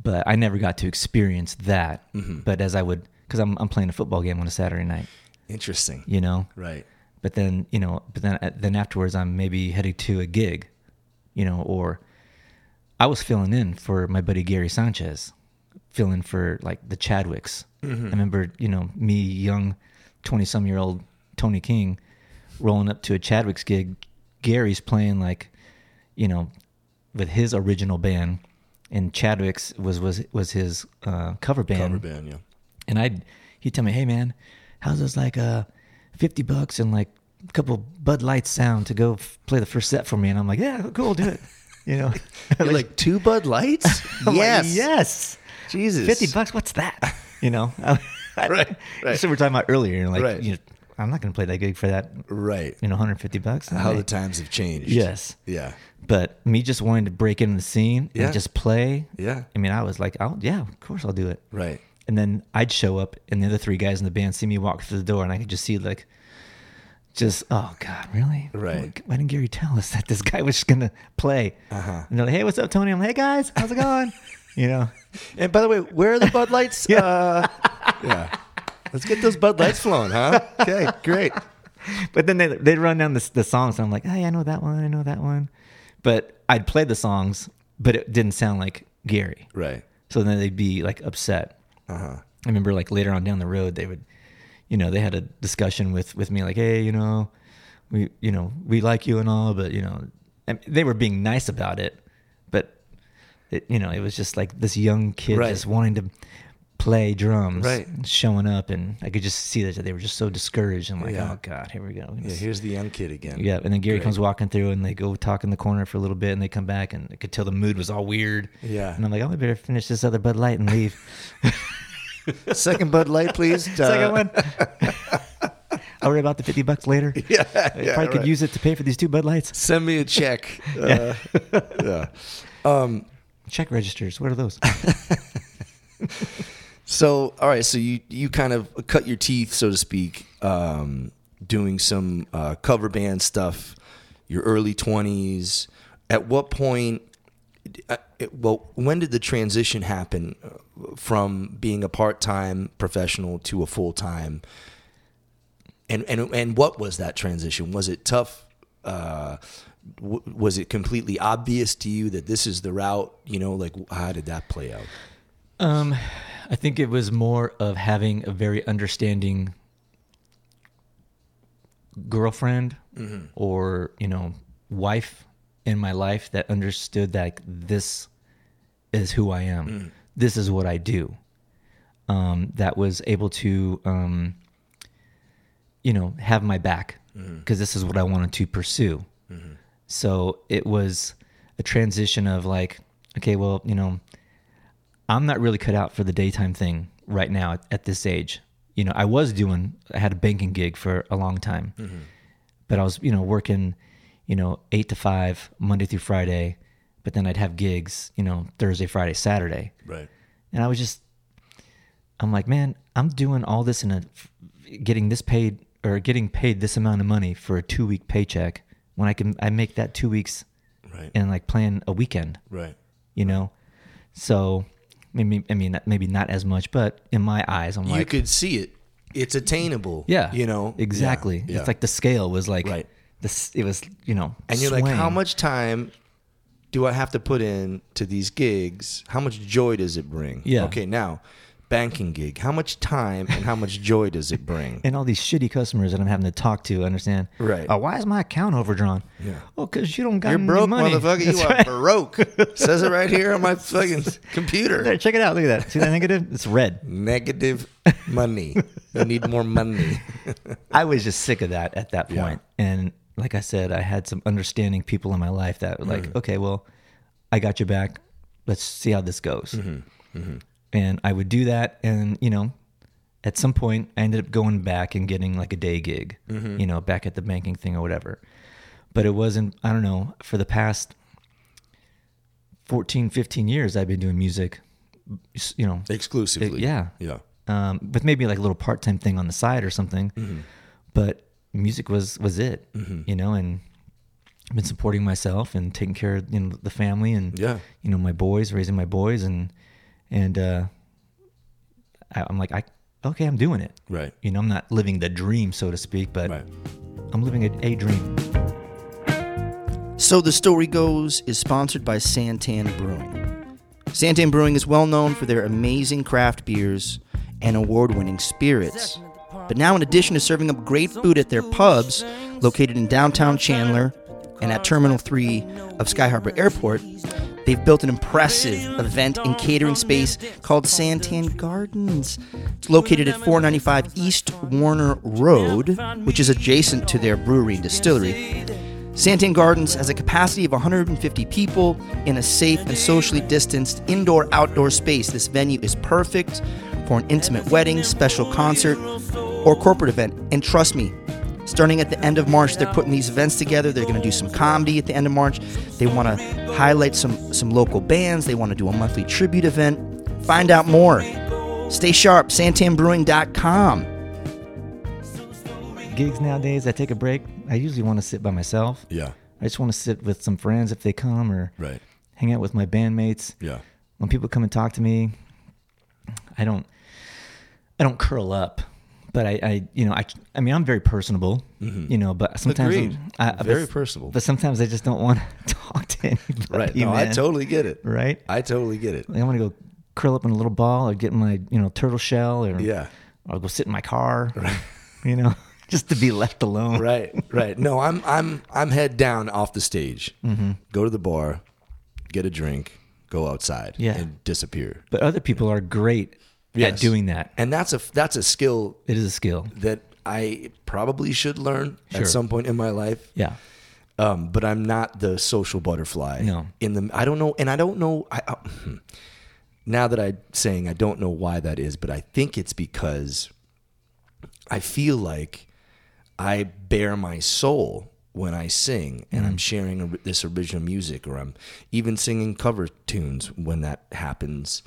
Speaker 3: But I never got to experience that. But as I would, because I'm I'm playing a football game on a Saturday night,
Speaker 2: interesting.
Speaker 3: you know,
Speaker 2: Right.
Speaker 3: but then you know but then uh, then afterwards i'm maybe headed to a gig you know or i was filling in for my buddy gary sanchez filling for like the chadwicks i remember you know me young 20 some year old tony king rolling up to a chadwick's gig gary's playing like you know with his original band and chadwick's was was was his uh, cover band
Speaker 2: Cover band, yeah.
Speaker 3: and I'd he'd tell me, "Hey man, how's this like uh, fifty bucks and like a couple Bud Lights sound to go f- play the first set for me?" And I'm like, "Yeah, cool, do it." You know,
Speaker 2: You're like two Bud Lights?
Speaker 3: I'm like,
Speaker 2: yes.
Speaker 3: yes,
Speaker 2: Jesus.
Speaker 3: fifty bucks. What's that? You know,
Speaker 2: Right, right.
Speaker 3: So we're talking about earlier, and like,
Speaker 2: Right.
Speaker 3: you know, I'm not going to play that gig for that.
Speaker 2: Right.
Speaker 3: You know, 150 bucks.
Speaker 2: How the
Speaker 3: Like,
Speaker 2: times have changed.
Speaker 3: Yes,
Speaker 2: Yeah.
Speaker 3: but me just wanting to break into the scene
Speaker 2: Yeah.
Speaker 3: and just play.
Speaker 2: Yeah.
Speaker 3: I mean, I was like, "Oh yeah, of course I'll do it."
Speaker 2: Right.
Speaker 3: And then I'd show up, and the other three guys in the band see me walk through the door, and I could just see like, just oh god, really?
Speaker 2: Right.
Speaker 3: Why didn't Gary tell us that this guy was just gonna play? Uh-huh. And they're like, hey, what's up, Tony? I'm like, hey guys, how's it going? you know,
Speaker 2: And by the way, where are the Bud Lights? yeah. Uh, yeah. Let's get those Bud Lights flowing, huh? Okay, great.
Speaker 3: but then they they run down the the songs, and I'm like, hey, I know that one, I know that one, but I'd play the songs, but it didn't sound like Gary.
Speaker 2: Right.
Speaker 3: So then they'd be like upset.
Speaker 2: Uh-huh.
Speaker 3: I remember like later on down the road they would you know, they had a discussion with with me like, "Hey, you know, we you know, we like you and all, but you know, and they were being nice about it, but it, you know, it was just like this young kid
Speaker 2: Right.
Speaker 3: just wanting to play drums
Speaker 2: Right.
Speaker 3: and showing up and I could just see that they were just so discouraged. I'm like,
Speaker 2: Yeah.
Speaker 3: "Oh god, here we go."
Speaker 2: Yeah, here's the young kid again.
Speaker 3: Yeah, and then Gary
Speaker 2: Great.
Speaker 3: comes walking through, and they go talk in the corner for a little bit, and they come back, and I could tell the mood was all weird.
Speaker 2: Yeah.
Speaker 3: and I'm like, oh, I better finish this other Bud Light and leave.
Speaker 2: Second Bud Light, please.
Speaker 3: Second
Speaker 2: Uh,
Speaker 3: one. I'll worry about the fifty bucks later.
Speaker 2: Yeah.
Speaker 3: I
Speaker 2: yeah,
Speaker 3: probably
Speaker 2: right.
Speaker 3: could use it to pay for these two Bud Lights.
Speaker 2: Send me a check. Uh, yeah. Um,
Speaker 3: Check registers. What are those?
Speaker 2: So, all right. So you you kind of cut your teeth, so to speak, um, doing some uh, cover band stuff. Your early twenties. At what point? uh, it- Well, when did the transition happen uh, from being a part time professional to a full time? And and and what was that transition? Was it tough? Uh, w- was it completely obvious to you that this is the route? You know, like how did that play out?
Speaker 3: Um, I think it was more of having a very understanding girlfriend or you know wife in my life that understood that this is who I am. This is what I do. Um, that was able to um, you know have my back because this is what I wanted to pursue. So it was a transition of like, okay, well, you know, I'm not really cut out for the daytime thing right now at, at this age. You know, I was doing, I had a banking gig for a long time, but I was, you know, working, you know, eight to five, Monday through Friday, but then I'd have gigs, you know, Thursday, Friday, Saturday.
Speaker 2: Right.
Speaker 3: And I was just, I'm like, man, I'm doing all this in a, getting this paid or getting paid this amount of money for a two week paycheck when I can, I make that two weeks
Speaker 2: Right.
Speaker 3: and like plan a weekend
Speaker 2: right.
Speaker 3: you know so maybe i mean maybe not as much but in my eyes i'm
Speaker 2: you
Speaker 3: like
Speaker 2: could see it. It's attainable.
Speaker 3: yeah
Speaker 2: You know
Speaker 3: exactly
Speaker 2: Yeah, yeah.
Speaker 3: it's like the scale was like
Speaker 2: Right.
Speaker 3: this it was you know
Speaker 2: and you're like, how
Speaker 3: swaying.
Speaker 2: much time do I have to put in to these gigs? How much joy does it bring?
Speaker 3: Yeah.
Speaker 2: Okay, now banking gig. How much time and how much joy does it bring?
Speaker 3: and all these shitty customers that i'm having to talk to understand
Speaker 2: Right.
Speaker 3: oh why is my account overdrawn
Speaker 2: Yeah.
Speaker 3: well because you don't got
Speaker 2: You're
Speaker 3: any
Speaker 2: broke,
Speaker 3: money.
Speaker 2: motherfucker. You
Speaker 3: That's
Speaker 2: are
Speaker 3: right.
Speaker 2: broke. Says it right here on my fucking
Speaker 3: there
Speaker 2: computer.
Speaker 3: check it out look at that see that negative it's red
Speaker 2: Negative money. You need more money.
Speaker 3: i was just sick of that at that
Speaker 2: Yeah.
Speaker 3: point. and like i said i had some understanding people in my life that were like okay well i got your back let's see how this goes and I would do that, and you know, at some point, I ended up going back and getting like a day gig, you know, back at the banking thing or whatever. But it wasn't, I don't know, for the past 14, 15 years, I've been doing music, s- you know,
Speaker 2: Exclusively.
Speaker 3: Yeah.
Speaker 2: Yeah.
Speaker 3: um, with maybe like a little part time thing on the side or something.
Speaker 2: Mm-hmm.
Speaker 3: But music was was it, you know, and I've been supporting myself and taking care of you know the family and
Speaker 2: Yeah.
Speaker 3: you know my boys, raising my boys, and and uh, I, I'm like I okay, I'm doing it.
Speaker 2: Right.
Speaker 3: You know, I'm not living the dream, so to speak, but
Speaker 2: Right.
Speaker 3: I'm living a, a dream.
Speaker 1: So the Story Goes is sponsored by Santan Brewing. Santan Brewing is well known for their amazing craft beers and award winning spirits. But now, in addition to serving up great food at their pubs, located in downtown Chandler and at Terminal 3 of Sky Harbor Airport, they've built an impressive event and catering space called Santan Gardens. It's located at 495 East Warner Road, which is adjacent to their brewery and distillery. Santan Gardens has a capacity of 150 people in a safe and socially distanced indoor outdoor space. This venue is perfect for an intimate wedding, special concert, or corporate event. And trust me, starting at the end of March, they're putting these events together. They're going to do some comedy at the end of March. They want to highlight some, some local bands. They want to do a monthly tribute event. Find out more. Stay sharp, santanbrewing.com.
Speaker 3: Gigs nowadays, I take a break. I usually want to sit by myself.
Speaker 2: Yeah.
Speaker 3: I just want to sit with some friends if they come, or
Speaker 2: Right.
Speaker 3: hang out with my bandmates.
Speaker 2: Yeah.
Speaker 3: when people come and talk to me i don't i don't curl up but i i you know i i mean i'm very personable you know but sometimes I'm-
Speaker 2: Mm-hmm. Agreed.
Speaker 3: I, I-
Speaker 2: Very
Speaker 3: but,
Speaker 2: personable.
Speaker 3: but sometimes i just don't want to talk to anybody
Speaker 2: Right. No, I
Speaker 3: man.
Speaker 2: totally get it.
Speaker 3: right
Speaker 2: I totally get it.
Speaker 3: like i want to go curl up in a little ball or get in my you know turtle shell or
Speaker 2: Yeah.
Speaker 3: i'll go sit in my car you know just to be left alone
Speaker 2: right right no i'm i'm i'm head down off the stage
Speaker 3: Mm-hmm.
Speaker 2: go to the bar get a drink go outside
Speaker 3: Yeah.
Speaker 2: and disappear
Speaker 3: but other people are great at
Speaker 2: Yes.
Speaker 3: doing that
Speaker 2: and that's a that's a skill
Speaker 3: it is a skill
Speaker 2: that i probably should learn
Speaker 3: Sure.
Speaker 2: at some point in my life
Speaker 3: yeah
Speaker 2: um, but i'm not the social butterfly
Speaker 3: No.
Speaker 2: in the i don't know and i don't know i, I now that i'm saying i don't know why that is but i think it's because I feel like I bare my soul when I sing and I'm sharing or- this original music or I'm even singing cover tunes when that happens.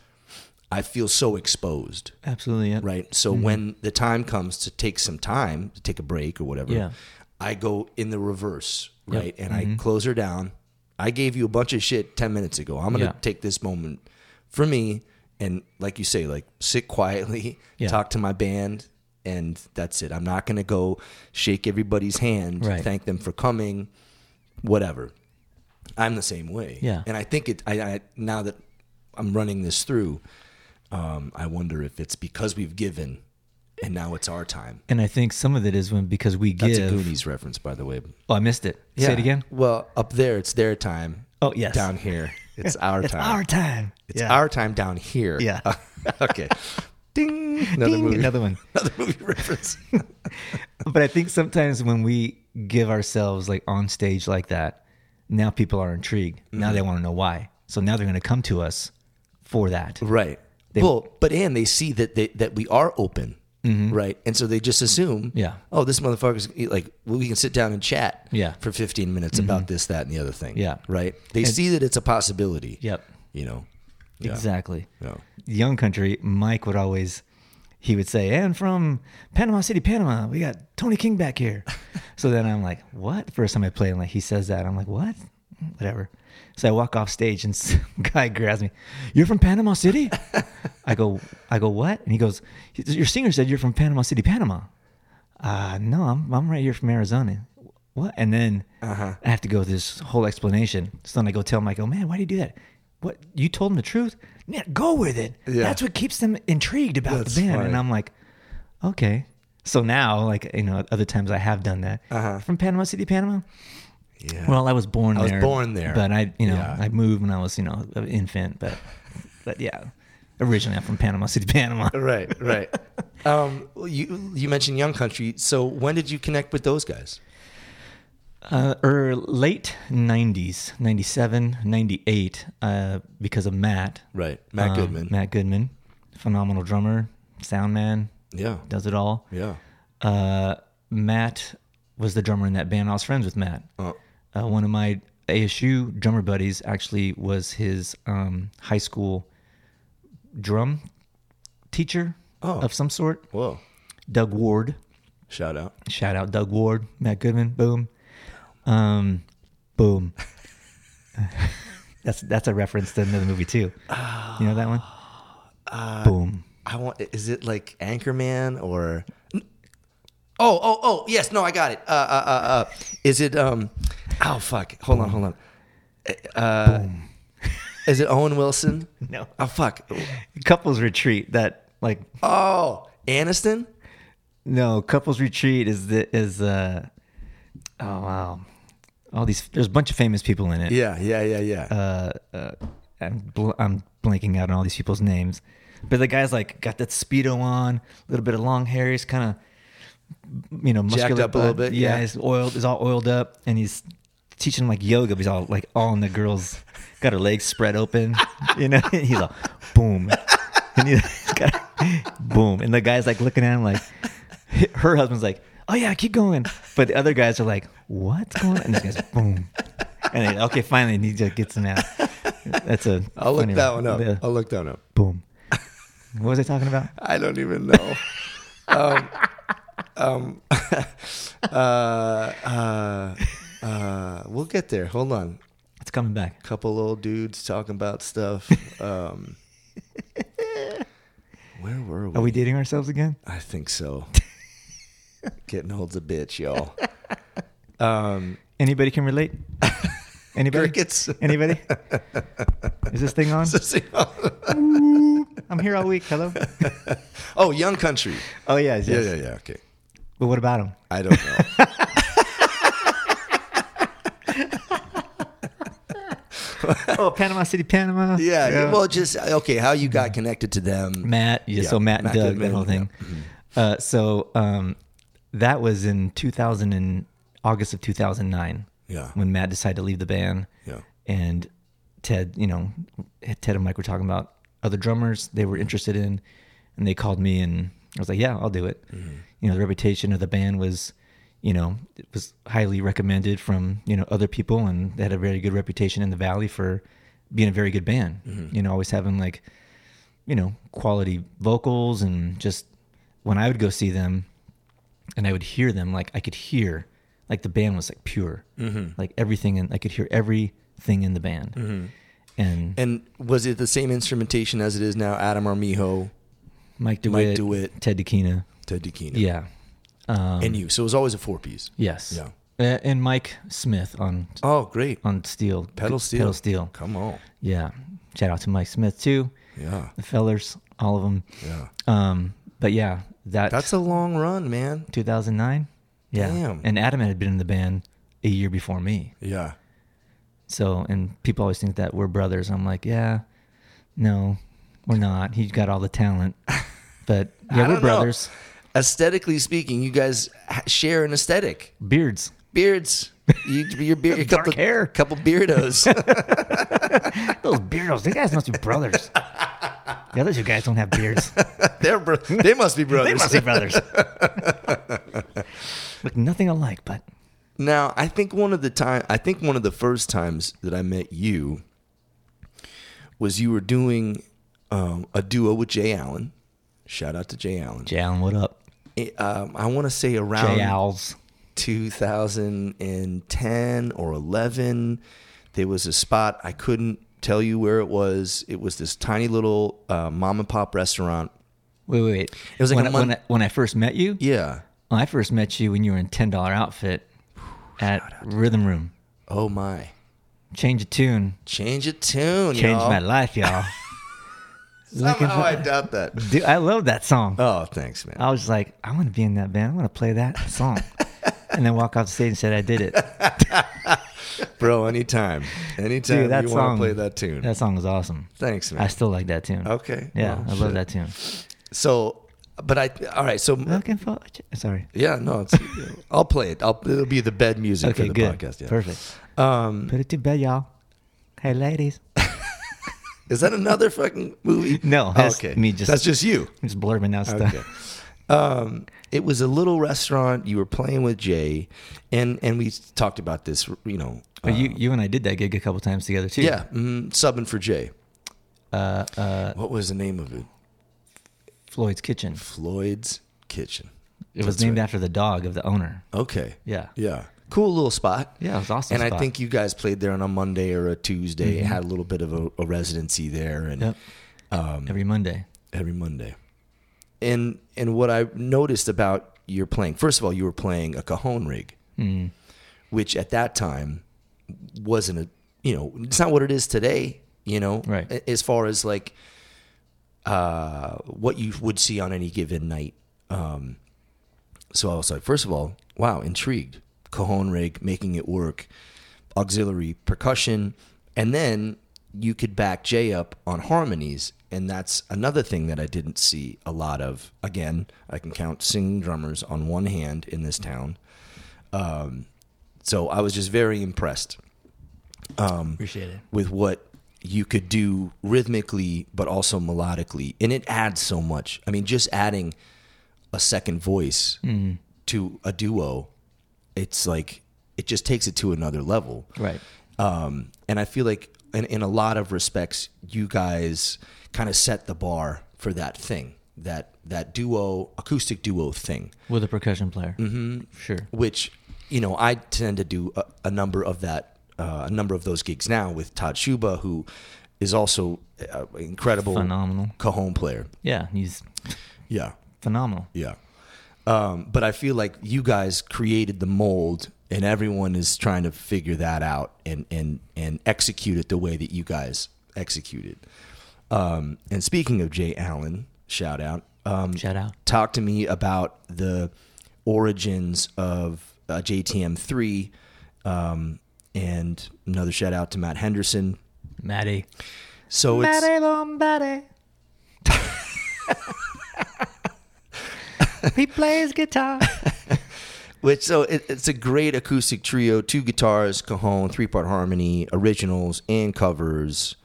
Speaker 2: I feel so exposed,
Speaker 3: absolutely yeah.
Speaker 2: right? So when the time comes to take some time, to take a break or whatever,
Speaker 3: Yeah. Mm-hmm.
Speaker 2: I go in the reverse, right? And I close her down. I gave you a bunch of shit 10 minutes ago. I'm going to
Speaker 3: Yeah.
Speaker 2: take this moment for me and like you say like sit quietly,
Speaker 3: Yeah.
Speaker 2: talk to my band and that's it. I'm not going to go shake everybody's hand,
Speaker 3: Right.
Speaker 2: thank them for coming, whatever. I'm the same way.
Speaker 3: Yeah.
Speaker 2: And I think it I, I now that I'm running this through um, I wonder if it's because we've given and now it's our time.
Speaker 3: and i think some of it is when because we
Speaker 2: That's
Speaker 3: give
Speaker 2: a Goonies reference, by the way.
Speaker 3: Oh, I missed it. Say it again.
Speaker 2: Well, up there it's their time.
Speaker 3: Oh, yes.
Speaker 2: Down here it's our
Speaker 3: It's
Speaker 2: time.
Speaker 3: our time.
Speaker 2: It's our time down here.
Speaker 3: Yeah.
Speaker 2: okay. Ding. Another
Speaker 3: Ding,
Speaker 2: movie.
Speaker 3: another one.
Speaker 2: Another movie reference.
Speaker 3: But I think sometimes when we give ourselves like on stage
Speaker 2: Mm-hmm.
Speaker 3: like that, now people are intrigued. Now they want to know why. So now they're going to come to us for that.
Speaker 2: Right. well, but and they see that they, that we are open, right? And so they just assume,
Speaker 3: Mm-hmm. Yeah.
Speaker 2: oh, this motherfucker's like well, we can sit down and chat,
Speaker 3: Yeah. Mm-hmm.
Speaker 2: for fifteen minutes about this, that, and the other thing,
Speaker 3: Yeah.
Speaker 2: right? They see that it's a possibility,
Speaker 3: Yep.
Speaker 2: You know, Yeah.
Speaker 3: Exactly.
Speaker 2: Yeah.
Speaker 3: Young country, Mike would always he would say, "And from Panama City, Panama, we got Tony King back here." so then I'm like, "What?" First time I play, and like he says that, I'm like, "What?" Mm, Whatever. So I walk off stage, and some guy grabs me. You're from Panama City? I go, I go, what? And he goes, Your singer said you're from Panama City, Panama. Uh, no, I'm I'm right here from Arizona. What? And then
Speaker 2: Uh-huh.
Speaker 3: I have to go through this whole explanation. So then I go tell him, I go, man, why do you do that? What you told him the truth? Yeah, go with it.
Speaker 2: Yeah.
Speaker 3: That's what keeps them intrigued about
Speaker 2: That's
Speaker 3: the band.
Speaker 2: funny.
Speaker 3: And I'm like, okay. So now, like you know, other times I have done that from Panama City, Panama.
Speaker 2: yeah.
Speaker 3: Well, I was born
Speaker 2: Uh-huh. I was
Speaker 3: there.
Speaker 2: born there.
Speaker 3: But I, you know,
Speaker 2: Yeah.
Speaker 3: I moved when I was, you know, an infant. But, but yeah, originally I'm from Panama City, Panama.
Speaker 2: right, right. um, well, you you mentioned Young Country, so when did you connect with those guys?
Speaker 3: Uh, or late 90s, 97, 98, uh, because of Matt.
Speaker 2: Right, Matt
Speaker 3: Um,
Speaker 2: Goodman.
Speaker 3: Matt Goodman, phenomenal drummer, sound man,
Speaker 2: Yeah,
Speaker 3: does it all.
Speaker 2: yeah.
Speaker 3: Uh, Matt was the drummer in that band. I was friends with Matt.
Speaker 2: Uh,
Speaker 3: Uh, one of my ASU drummer buddies actually was his um, high school drum teacher
Speaker 2: Oh.
Speaker 3: of some sort,
Speaker 2: whoa!
Speaker 3: Doug Ward.
Speaker 2: Shout out.
Speaker 3: Shout out Doug Ward, Matt Goodman, boom, um, boom. that's that's a reference to another movie too. You know that one? boom.
Speaker 2: I want. Is it like Anchorman or? Oh, oh, oh! Yes, no, I got it. Uh, uh, uh, uh. Is it? Um, oh, fuck! Hold on, hold on. Uh, is it Owen Wilson?
Speaker 3: No.
Speaker 2: Oh, fuck!
Speaker 3: Couples retreat. That like
Speaker 2: Oh, Aniston.
Speaker 3: no couples retreat is the is uh oh wow all these there's a bunch of famous people in it.
Speaker 2: Yeah, yeah, yeah, yeah.
Speaker 3: uh, uh, I'm, bl- I'm blanking out on all these people's names, but the guy's like got that speedo on, a little bit of long hair. He's kind of, you know, muscular
Speaker 2: up a little
Speaker 3: butt.
Speaker 2: bit,
Speaker 3: Yeah,
Speaker 2: yeah.
Speaker 3: he's oiled. He's all oiled up, and he's teaching like yoga. But he's all like all in the girls, got her legs spread open, you know. And he's all boom, and he's got boom, and the guy's like looking at him like, her husband's like. Oh yeah, keep going. But the other guys are like, "What's going on?" And this guy's boom, and then, okay, finally, he just gets him out. That's a.
Speaker 2: I'll look
Speaker 3: funny
Speaker 2: that one up.
Speaker 3: Yeah.
Speaker 2: I'll look that one up.
Speaker 3: Boom. What was I talking about?
Speaker 2: I don't even know. um, um, uh, uh, uh, we'll get there. Hold on.
Speaker 3: It's coming back.
Speaker 2: couple old dudes talking about stuff. Um, where were we?
Speaker 3: Are we dating ourselves again?
Speaker 2: I think so. Getting old's a bitch, y'all. Um,
Speaker 3: Anybody can relate? Anybody?
Speaker 2: crickets.
Speaker 3: Anybody? Is this thing on? I'm here all week. Hello.
Speaker 2: oh, Young Country.
Speaker 3: Oh yes,
Speaker 2: Yeah,
Speaker 3: yes.
Speaker 2: yeah, yeah. Okay.
Speaker 3: But what about him?
Speaker 2: I don't know.
Speaker 3: Oh, Panama City, Panama.
Speaker 2: Yeah. Well, just okay. How you got connected to them?
Speaker 3: Matt. Yeah,
Speaker 2: Yeah, mm-hmm.
Speaker 3: so Matt,
Speaker 2: Matt
Speaker 3: and Doug,
Speaker 2: Goodman,
Speaker 3: that whole thing. Uh, so um, that was in 2000 and August of 2009.
Speaker 2: Yeah.
Speaker 3: When Matt decided to leave the band.
Speaker 2: Yeah.
Speaker 3: And Ted, you know, Ted and Mike were talking about other drummers they were interested in, and they called me and I was like, yeah, I'll do it. You know, the reputation of the band was. You know, it was highly recommended from you know other people, and they had a very good reputation in the valley for being a very good band. You know, always having like you know, quality vocals and just when I would go see them and I would hear them, like I could hear, like the band was like pure,
Speaker 2: Mm-hmm.
Speaker 3: like everything, and I could hear everything in the band. And
Speaker 2: And was it the same instrumentation as it is now? Adam Armijo,
Speaker 3: Mike DeWitt,
Speaker 2: Mike DeWitt.
Speaker 3: Ted DeKina,
Speaker 2: Ted DeKino,
Speaker 3: yeah, um,
Speaker 2: and you. So it was always a four piece.
Speaker 3: yes,
Speaker 2: Yeah.
Speaker 3: A- and Mike Smith on
Speaker 2: Oh, great.
Speaker 3: on steel,
Speaker 2: Pedal steel.
Speaker 3: pedal steel,
Speaker 2: Come on.
Speaker 3: yeah. Shout out to Mike Smith too,
Speaker 2: Yeah.
Speaker 3: the fellers, all of them.
Speaker 2: Yeah.
Speaker 3: Um, but yeah, that
Speaker 2: That's a long run, man.
Speaker 3: 2009. Yeah.
Speaker 2: Damn.
Speaker 3: And Adam had been in the band a year before me.
Speaker 2: Yeah.
Speaker 3: So, and people always think that we're brothers. I'm like, yeah, no, we're not. He's got all the talent. But
Speaker 2: I
Speaker 3: yeah,
Speaker 2: don't
Speaker 3: we're
Speaker 2: know.
Speaker 3: brothers.
Speaker 2: Aesthetically speaking, you guys ha- share an aesthetic.
Speaker 3: Beards.
Speaker 2: Beards. You, your beard, your
Speaker 3: Dark
Speaker 2: couple,
Speaker 3: hair.
Speaker 2: couple beardos.
Speaker 3: Those beardos, they guys must be brothers. The other two guys don't have beards.
Speaker 2: They're bro- they must be brothers.
Speaker 3: they must be brothers. Look nothing alike, but
Speaker 2: Now, I think one of the time I think one of the first times that I met you was you were doing um, a duo with Jay Allen. Shout out to Jay Allen.
Speaker 3: Jay Allen, what up?
Speaker 2: It, um, I want to say around
Speaker 3: Jay Owls.
Speaker 2: 2010 or 11 there was a spot i couldn't tell you where it was it was this tiny little uh, mom and pop restaurant
Speaker 3: Wait, wait, wait.
Speaker 2: It was like
Speaker 3: when,
Speaker 2: a
Speaker 3: I-
Speaker 2: month-
Speaker 3: when, I, when I first met you.
Speaker 2: yeah
Speaker 3: I first met you when you were in ten dollar outfit at Rhythm Room.
Speaker 2: oh my
Speaker 3: Change a tune,
Speaker 2: change a tune
Speaker 3: changed
Speaker 2: y'all.
Speaker 3: my life, y'all. Look at
Speaker 2: somehow i
Speaker 3: that.
Speaker 2: doubt that
Speaker 3: Dude, I love that song.
Speaker 2: oh thanks man
Speaker 3: I was like, I want to be in that band. I want to play that song. and then walk off the stage and said, I did it.
Speaker 2: bro anytime anytime
Speaker 3: Dude, that
Speaker 2: you want
Speaker 3: song.
Speaker 2: to play that tune
Speaker 3: That song was awesome.
Speaker 2: thanks
Speaker 3: I
Speaker 2: man
Speaker 3: still like that tune.
Speaker 2: Okay,
Speaker 3: Yeah,
Speaker 2: well,
Speaker 3: I love
Speaker 2: shit.
Speaker 3: that tune.
Speaker 2: so but i all right so
Speaker 3: Looking for. a ch- Sorry.
Speaker 2: yeah no it's, i'll play it I'll, it'll be the bed music for
Speaker 3: Okay,
Speaker 2: the
Speaker 3: good.
Speaker 2: podcast yeah
Speaker 3: Perfect.
Speaker 2: um
Speaker 3: Put it to bed, y'all. Hey, ladies.
Speaker 2: Is that another fucking movie? Oh,
Speaker 3: No, that's me just-
Speaker 2: that's just you.
Speaker 3: I'm just blurbing out stuff.
Speaker 2: Okay. um, it was a little restaurant. You were playing with Jay, and and we talked about this. You know,
Speaker 3: But you, you and I did that gig a couple times together too.
Speaker 2: Uh, yeah, mm, subbing for Jay.
Speaker 3: Uh, uh,
Speaker 2: What was the name of it?
Speaker 3: Floyd's Kitchen.
Speaker 2: Floyd's Kitchen.
Speaker 3: It was
Speaker 2: That's
Speaker 3: named
Speaker 2: right.
Speaker 3: after the dog of the owner.
Speaker 2: Okay.
Speaker 3: Yeah.
Speaker 2: Yeah. Cool little spot.
Speaker 3: Yeah, it was an awesome.
Speaker 2: And I
Speaker 3: spot. Mm-hmm.
Speaker 2: think you guys played there on a Monday or a Tuesday. Had a little bit of a, a residency there, and
Speaker 3: Yep. every Monday.
Speaker 2: every Monday. And and what I noticed about your playing, first of all, you were playing a cajon rig, which at that time wasn't a you know it's not what it is today. You know,
Speaker 3: Right.
Speaker 2: a- As far as like uh, what you would see on any given night. Um, so I was like, first of all, wow, intrigued. Cajon rig, making it work, auxiliary percussion, and then you could back Jay up on harmonies, and that's another thing that I didn't see a lot of. Again, I can count singing drummers on one hand in this town. Um, so I was just very impressed Mm.
Speaker 3: Appreciate it.
Speaker 2: with what you could do rhythmically but also melodically and it adds so much i mean just adding a second voice to a duo it's like it just takes it to another level
Speaker 3: Right.
Speaker 2: um, and i feel like in, in a lot of respects you guys kind of set the bar for that thing that that duo acoustic duo thing
Speaker 3: With a percussion player. Mm-hmm. Sure.
Speaker 2: which you know I tend to do a, a number of that uh, a number of those gigs now with Todd Shuba who is also an incredible
Speaker 3: Phenomenal.
Speaker 2: cajon player.
Speaker 3: Yeah, he's
Speaker 2: Yeah.
Speaker 3: phenomenal.
Speaker 2: Yeah. Um, but I feel like you guys created the mold and everyone is trying to figure that out and, and, and execute it the way that you guys executed. Um, and speaking of Jay Allen, shout out, um,
Speaker 3: Shout out.
Speaker 2: talk to me about the origins of uh, JTM3. Um, and another shout out to Matt Henderson.
Speaker 3: Maddie.
Speaker 2: So it's
Speaker 3: Bombaddy. he plays guitar.
Speaker 2: which so it, it's a great acoustic trio: two guitars, cajon, three-part harmony, originals and covers.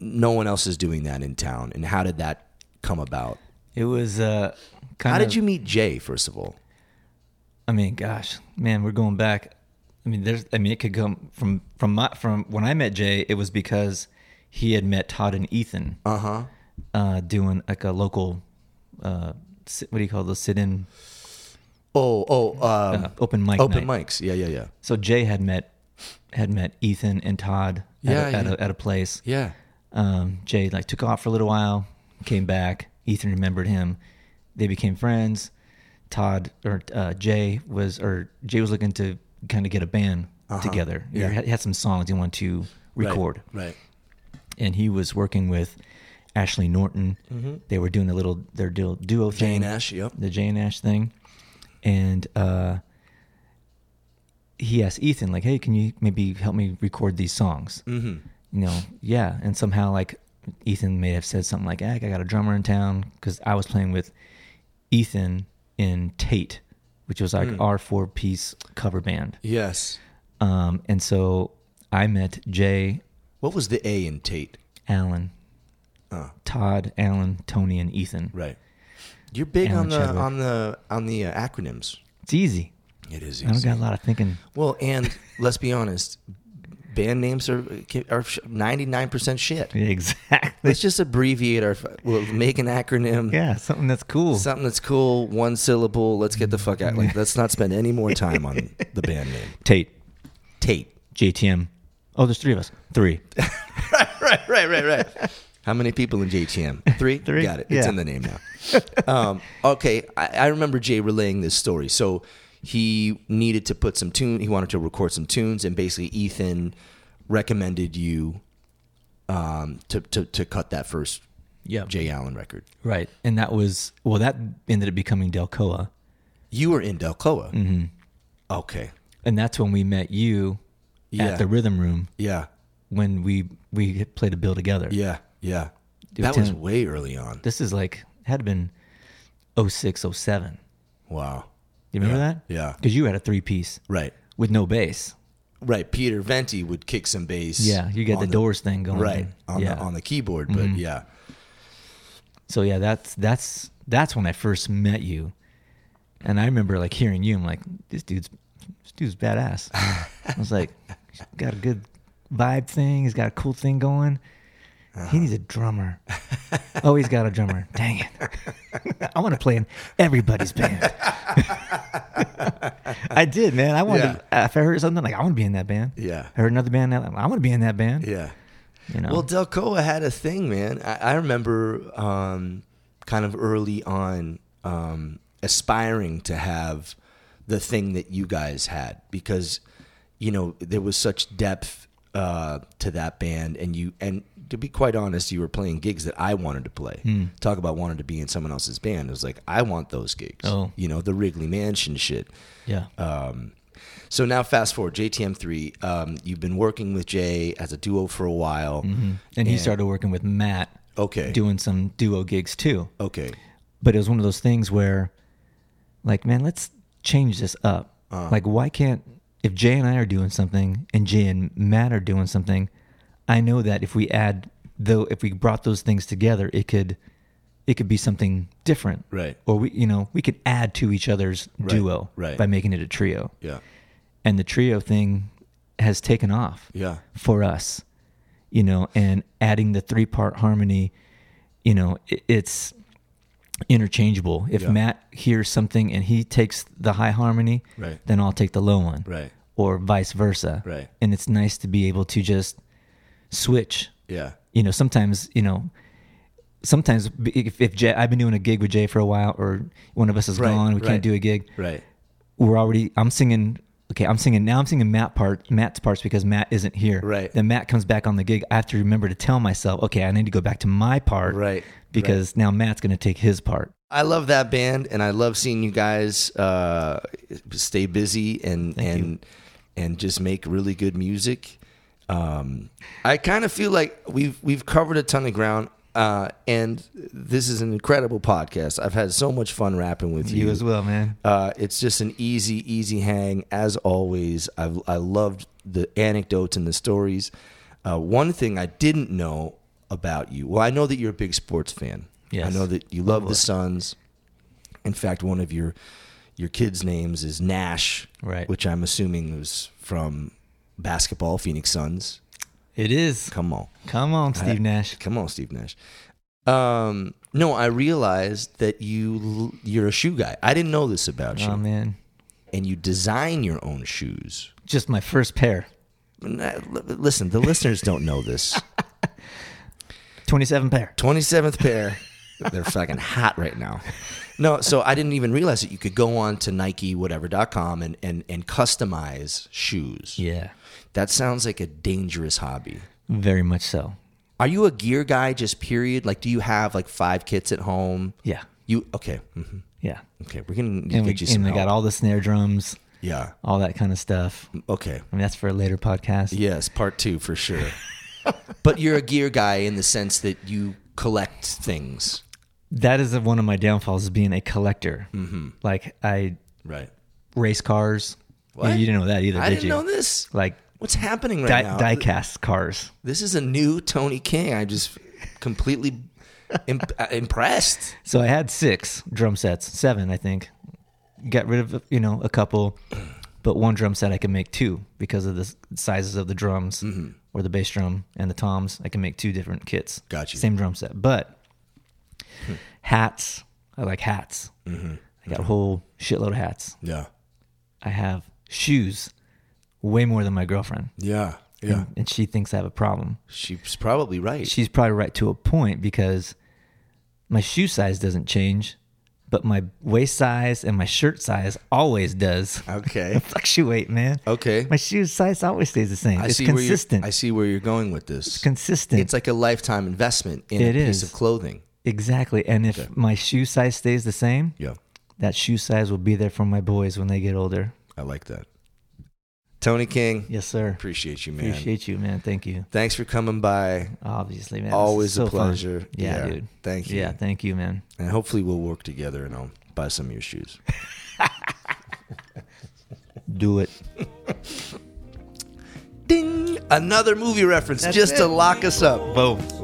Speaker 2: No one else is doing that in town. And how did that come about?
Speaker 3: It was uh kind
Speaker 2: How
Speaker 3: of
Speaker 2: did you meet Jay? First of all,
Speaker 3: I mean, gosh, man, we're going back. I mean, there's I mean, it could come from from my from when I met Jay, it was because he had met Todd and Ethan
Speaker 2: uh huh.
Speaker 3: uh doing like a local uh sit, what do you call those sit-in
Speaker 2: Oh, oh, um,
Speaker 3: uh, open mic
Speaker 2: open
Speaker 3: night.
Speaker 2: mics. Yeah, yeah, yeah,
Speaker 3: So Jay had met had met Ethan and Todd
Speaker 2: Yeah,
Speaker 3: at, a, at,
Speaker 2: yeah.
Speaker 3: a, at a place.
Speaker 2: yeah.
Speaker 3: Um, Jay like took off for a little while, came back. Ethan remembered him. They became friends. Todd or uh, Jay was or Jay was looking to kind of get a band together. He
Speaker 2: Uh-huh. yeah.
Speaker 3: had, had some songs he wanted to record,
Speaker 2: Right. right.
Speaker 3: and he was working with Ashley Norton. They were doing a little their duo, duo
Speaker 2: Jay
Speaker 3: thing
Speaker 2: and Mm-hmm. Ash. Yep.
Speaker 3: the Jay and Ash thing, and uh, he asked Ethan like, "Hey, can you maybe help me record these songs?" Mm-hmm. You know, yeah, and somehow like Ethan may have said something like, "Hey, I got a drummer in town," because I was playing with Ethan in Tate, which was like
Speaker 2: Hmm.
Speaker 3: our four piece cover band,
Speaker 2: Yes.
Speaker 3: um, and so I met Jay
Speaker 2: What was the A in Tate?
Speaker 3: Allen. Todd, Alan, Tony, and Ethan.
Speaker 2: Uh. Right. You're big
Speaker 3: Alan
Speaker 2: on the
Speaker 3: Chadwick.
Speaker 2: on the on the uh, acronyms.
Speaker 3: It's easy.
Speaker 2: It is
Speaker 3: I don't
Speaker 2: easy.
Speaker 3: got a lot of thinking.
Speaker 2: Well, and let's be honest, band names are are ninety nine percent shit.
Speaker 3: Exactly.
Speaker 2: Let's just abbreviate our. We'll make an acronym.
Speaker 3: Yeah, something that's cool.
Speaker 2: Something that's cool, one syllable. Let's get the fuck out. Like, let's not spend any more time on the band name.
Speaker 3: Tate,
Speaker 2: Tate.
Speaker 3: JTM. Oh, there's three of us. Three.
Speaker 2: right, right, right, right. How many people in JTM? Three?
Speaker 3: Three,
Speaker 2: Got it. It's
Speaker 3: yeah.
Speaker 2: in the name now. um, okay, I, I remember Jay relaying this story. So he needed to put some tune. He wanted to record some tunes, and basically Ethan recommended you um, to, to to cut that first
Speaker 3: Yep.
Speaker 2: Jay Allen record.
Speaker 3: Right. And that was, well, that ended up becoming Delcoa.
Speaker 2: You were in Delcoa.
Speaker 3: Mm.
Speaker 2: Mm-hmm. Okay.
Speaker 3: And that's when we met you
Speaker 2: Yeah.
Speaker 3: at the Rhythm Room
Speaker 2: Yeah.
Speaker 3: when we we had played a bill together.
Speaker 2: Yeah. Yeah.
Speaker 3: Dude,
Speaker 2: that was
Speaker 3: Tim-
Speaker 2: way early on.
Speaker 3: This is like, had been 06, 07.
Speaker 2: Wow.
Speaker 3: You remember
Speaker 2: Yeah,
Speaker 3: that?
Speaker 2: yeah.
Speaker 3: Because you had a three piece
Speaker 2: Right.
Speaker 3: with no bass.
Speaker 2: Right. Peter Venti would kick some bass.
Speaker 3: Yeah. You got
Speaker 2: on
Speaker 3: the, Doors thing going.
Speaker 2: right on
Speaker 3: yeah. Mm-hmm.
Speaker 2: the on the keyboard but yeah
Speaker 3: So yeah, that's that's that's when I first met you, and I remember like hearing you. I'm like, this dude's this dude's badass. I was like, he's got a good vibe thing. He's got a cool thing going.
Speaker 2: Uh-huh.
Speaker 3: He needs a drummer. oh, he's got a drummer. Dang it! I want to play in everybody's band. I did, man. I wanted. To, if I heard something like, I want to be in that band.
Speaker 2: Yeah.
Speaker 3: I heard another band. That, I want to be in that band.
Speaker 2: yeah
Speaker 3: You know.
Speaker 2: well delcoa had a thing man i, I remember um, kind of early on um, aspiring to have the thing that you guys had because you know there was such depth uh, to that band and you and to be quite honest you were playing gigs that i wanted to play
Speaker 3: Hmm.
Speaker 2: talk about wanting to be in someone else's band it was like i want those gigs
Speaker 3: Oh.
Speaker 2: you know the wrigley mansion shit
Speaker 3: yeah.
Speaker 2: Um, so now fast forward, JTM3, um, you've been working with Jay as a duo for a while.
Speaker 3: and he started working with Matt.
Speaker 2: Okay.
Speaker 3: Doing some duo gigs too.
Speaker 2: Okay.
Speaker 3: But it was one of those things where, like, man, let's change this up.
Speaker 2: Uh-huh.
Speaker 3: Like, why can't, if Jay and I are doing something and Jay and Matt are doing something, I know that if we add, though, if we brought those things together, it could, it could be something different.
Speaker 2: Right.
Speaker 3: Or we, you know, we could add to each other's duo
Speaker 2: right.
Speaker 3: by making it a trio.
Speaker 2: Yeah.
Speaker 3: And the trio thing has taken off
Speaker 2: Yeah.
Speaker 3: for us, you know, and adding the three part harmony, you know, it, it's interchangeable. If
Speaker 2: Yeah.
Speaker 3: Matt hears something and he takes the high harmony,
Speaker 2: Right.
Speaker 3: then I'll take the low one,
Speaker 2: Right.
Speaker 3: or vice versa,
Speaker 2: Right.
Speaker 3: And it's nice to be able to just switch.
Speaker 2: Yeah.
Speaker 3: You know, sometimes you know. Sometimes, b- if, if Jay, I've been doing a gig with Jay for a while, or one of us is
Speaker 2: Right,
Speaker 3: gone, we
Speaker 2: right.
Speaker 3: can't do a gig
Speaker 2: Right.
Speaker 3: we're already I'm singing okay, I'm singing now I'm singing Matt part Matt's parts because Matt isn't here.
Speaker 2: Right.
Speaker 3: Then Matt comes back on the gig. I have to remember to tell myself, okay, I need to go back to my part.
Speaker 2: Right,
Speaker 3: Because now Matt's gonna take his part.
Speaker 2: I love that band, and I love seeing you guys uh, stay busy and and and just make really good music. Um, I kind of feel like we've we've covered a ton of ground, uh, and this is an incredible podcast. I've had so much fun rapping with you,
Speaker 3: You as well, man.
Speaker 2: Uh, it's just an easy, easy hang as always. I've, I loved the anecdotes and the stories. Uh, one thing I didn't know about you. Well, I know that you're a big sports fan.
Speaker 3: Yes.
Speaker 2: I know that you love the Suns. In fact, one of your your kids' names is Nash,
Speaker 3: Right.
Speaker 2: Which I'm assuming was from basketball, Phoenix Suns.
Speaker 3: It is.
Speaker 2: Come on.
Speaker 3: Come on, Steve Nash.
Speaker 2: Come on, Steve Nash. Um, no, I realized that you you're a shoe guy. I didn't know this about you
Speaker 3: Oh man.
Speaker 2: and you design your own shoes.
Speaker 3: Just my first pair.
Speaker 2: N- l- Listen, the listeners don't know this.
Speaker 3: Twenty seven pair.
Speaker 2: 27th pair. They're fucking hot right now. No, so I didn't even realize that you could go on to Nike whatever.com and and and customize shoes.
Speaker 3: Yeah.
Speaker 2: That sounds like a dangerous hobby.
Speaker 3: Very much so.
Speaker 2: Are you a gear guy just period? Like do you have like five kits at home?
Speaker 3: Yeah.
Speaker 2: You okay. hmm
Speaker 3: Yeah.
Speaker 2: Okay, we're going to get
Speaker 3: And, we,
Speaker 2: you
Speaker 3: and
Speaker 2: some
Speaker 3: we
Speaker 2: help.
Speaker 3: got all the snare drums,
Speaker 2: Yeah.
Speaker 3: all that kind of stuff. I
Speaker 2: Okay.
Speaker 3: mean that's for a later podcast.
Speaker 2: Yes, part two for sure. but you're a gear guy in the sense that you collect things.
Speaker 3: That is one of my downfalls is being a collector. Mm-hmm. Like I
Speaker 2: Right.
Speaker 3: race cars. You-
Speaker 2: What?
Speaker 3: You, didn't know that either,
Speaker 2: I
Speaker 3: did
Speaker 2: didn't
Speaker 3: you?
Speaker 2: know this.
Speaker 3: Like
Speaker 2: What's happening right
Speaker 3: di-
Speaker 2: now?
Speaker 3: diecast cars.
Speaker 2: this is a new Tony King. I just completely Imp- uh, impressed.
Speaker 3: So I had six drum sets, seven, I think. Got rid of, you know, a couple, but one drum set I can make two because of the s- sizes of the drums
Speaker 2: Mm-hmm.
Speaker 3: or the bass drum and the toms. I can make two different kits.
Speaker 2: Got you.
Speaker 3: Same drum set, but
Speaker 2: Hmm.
Speaker 3: hats. I like hats.
Speaker 2: Mm-hmm.
Speaker 3: I got a whole shitload of hats.
Speaker 2: Yeah.
Speaker 3: I have shoes way more than my girlfriend.
Speaker 2: Yeah. Yeah.
Speaker 3: And she thinks I have a problem.
Speaker 2: She's probably right.
Speaker 3: She's probably right to a point because my shoe size doesn't change, but my waist size and my shirt size always does.
Speaker 2: okay.
Speaker 3: They fluctuate, man.
Speaker 2: Okay.
Speaker 3: My shoe size always stays the same.
Speaker 2: Oh. I
Speaker 3: it's
Speaker 2: see where
Speaker 3: consistent.
Speaker 2: you're, I see where you're going with this. It's
Speaker 3: consistent.
Speaker 2: It's like a lifetime investment in
Speaker 3: It
Speaker 2: a piece
Speaker 3: is.
Speaker 2: of clothing.
Speaker 3: exactly. And if my shoe size stays the same,
Speaker 2: Yeah.
Speaker 3: that shoe size will be there for my boys when they get older.
Speaker 2: I like that. Tony King,
Speaker 3: Yes, sir.
Speaker 2: appreciate you, man.
Speaker 3: Appreciate you, man. Thank you.
Speaker 2: Thanks for coming by.
Speaker 3: Obviously, man. This is
Speaker 2: Always a
Speaker 3: so fun.
Speaker 2: pleasure.
Speaker 3: Yeah,
Speaker 2: Yeah.
Speaker 3: dude.
Speaker 2: Thank you.
Speaker 3: Yeah, thank you, man.
Speaker 2: And hopefully we'll work together and I'll buy some of your shoes.
Speaker 3: Do it.
Speaker 2: Ding! Another movie reference just to lock us up.
Speaker 3: Boom.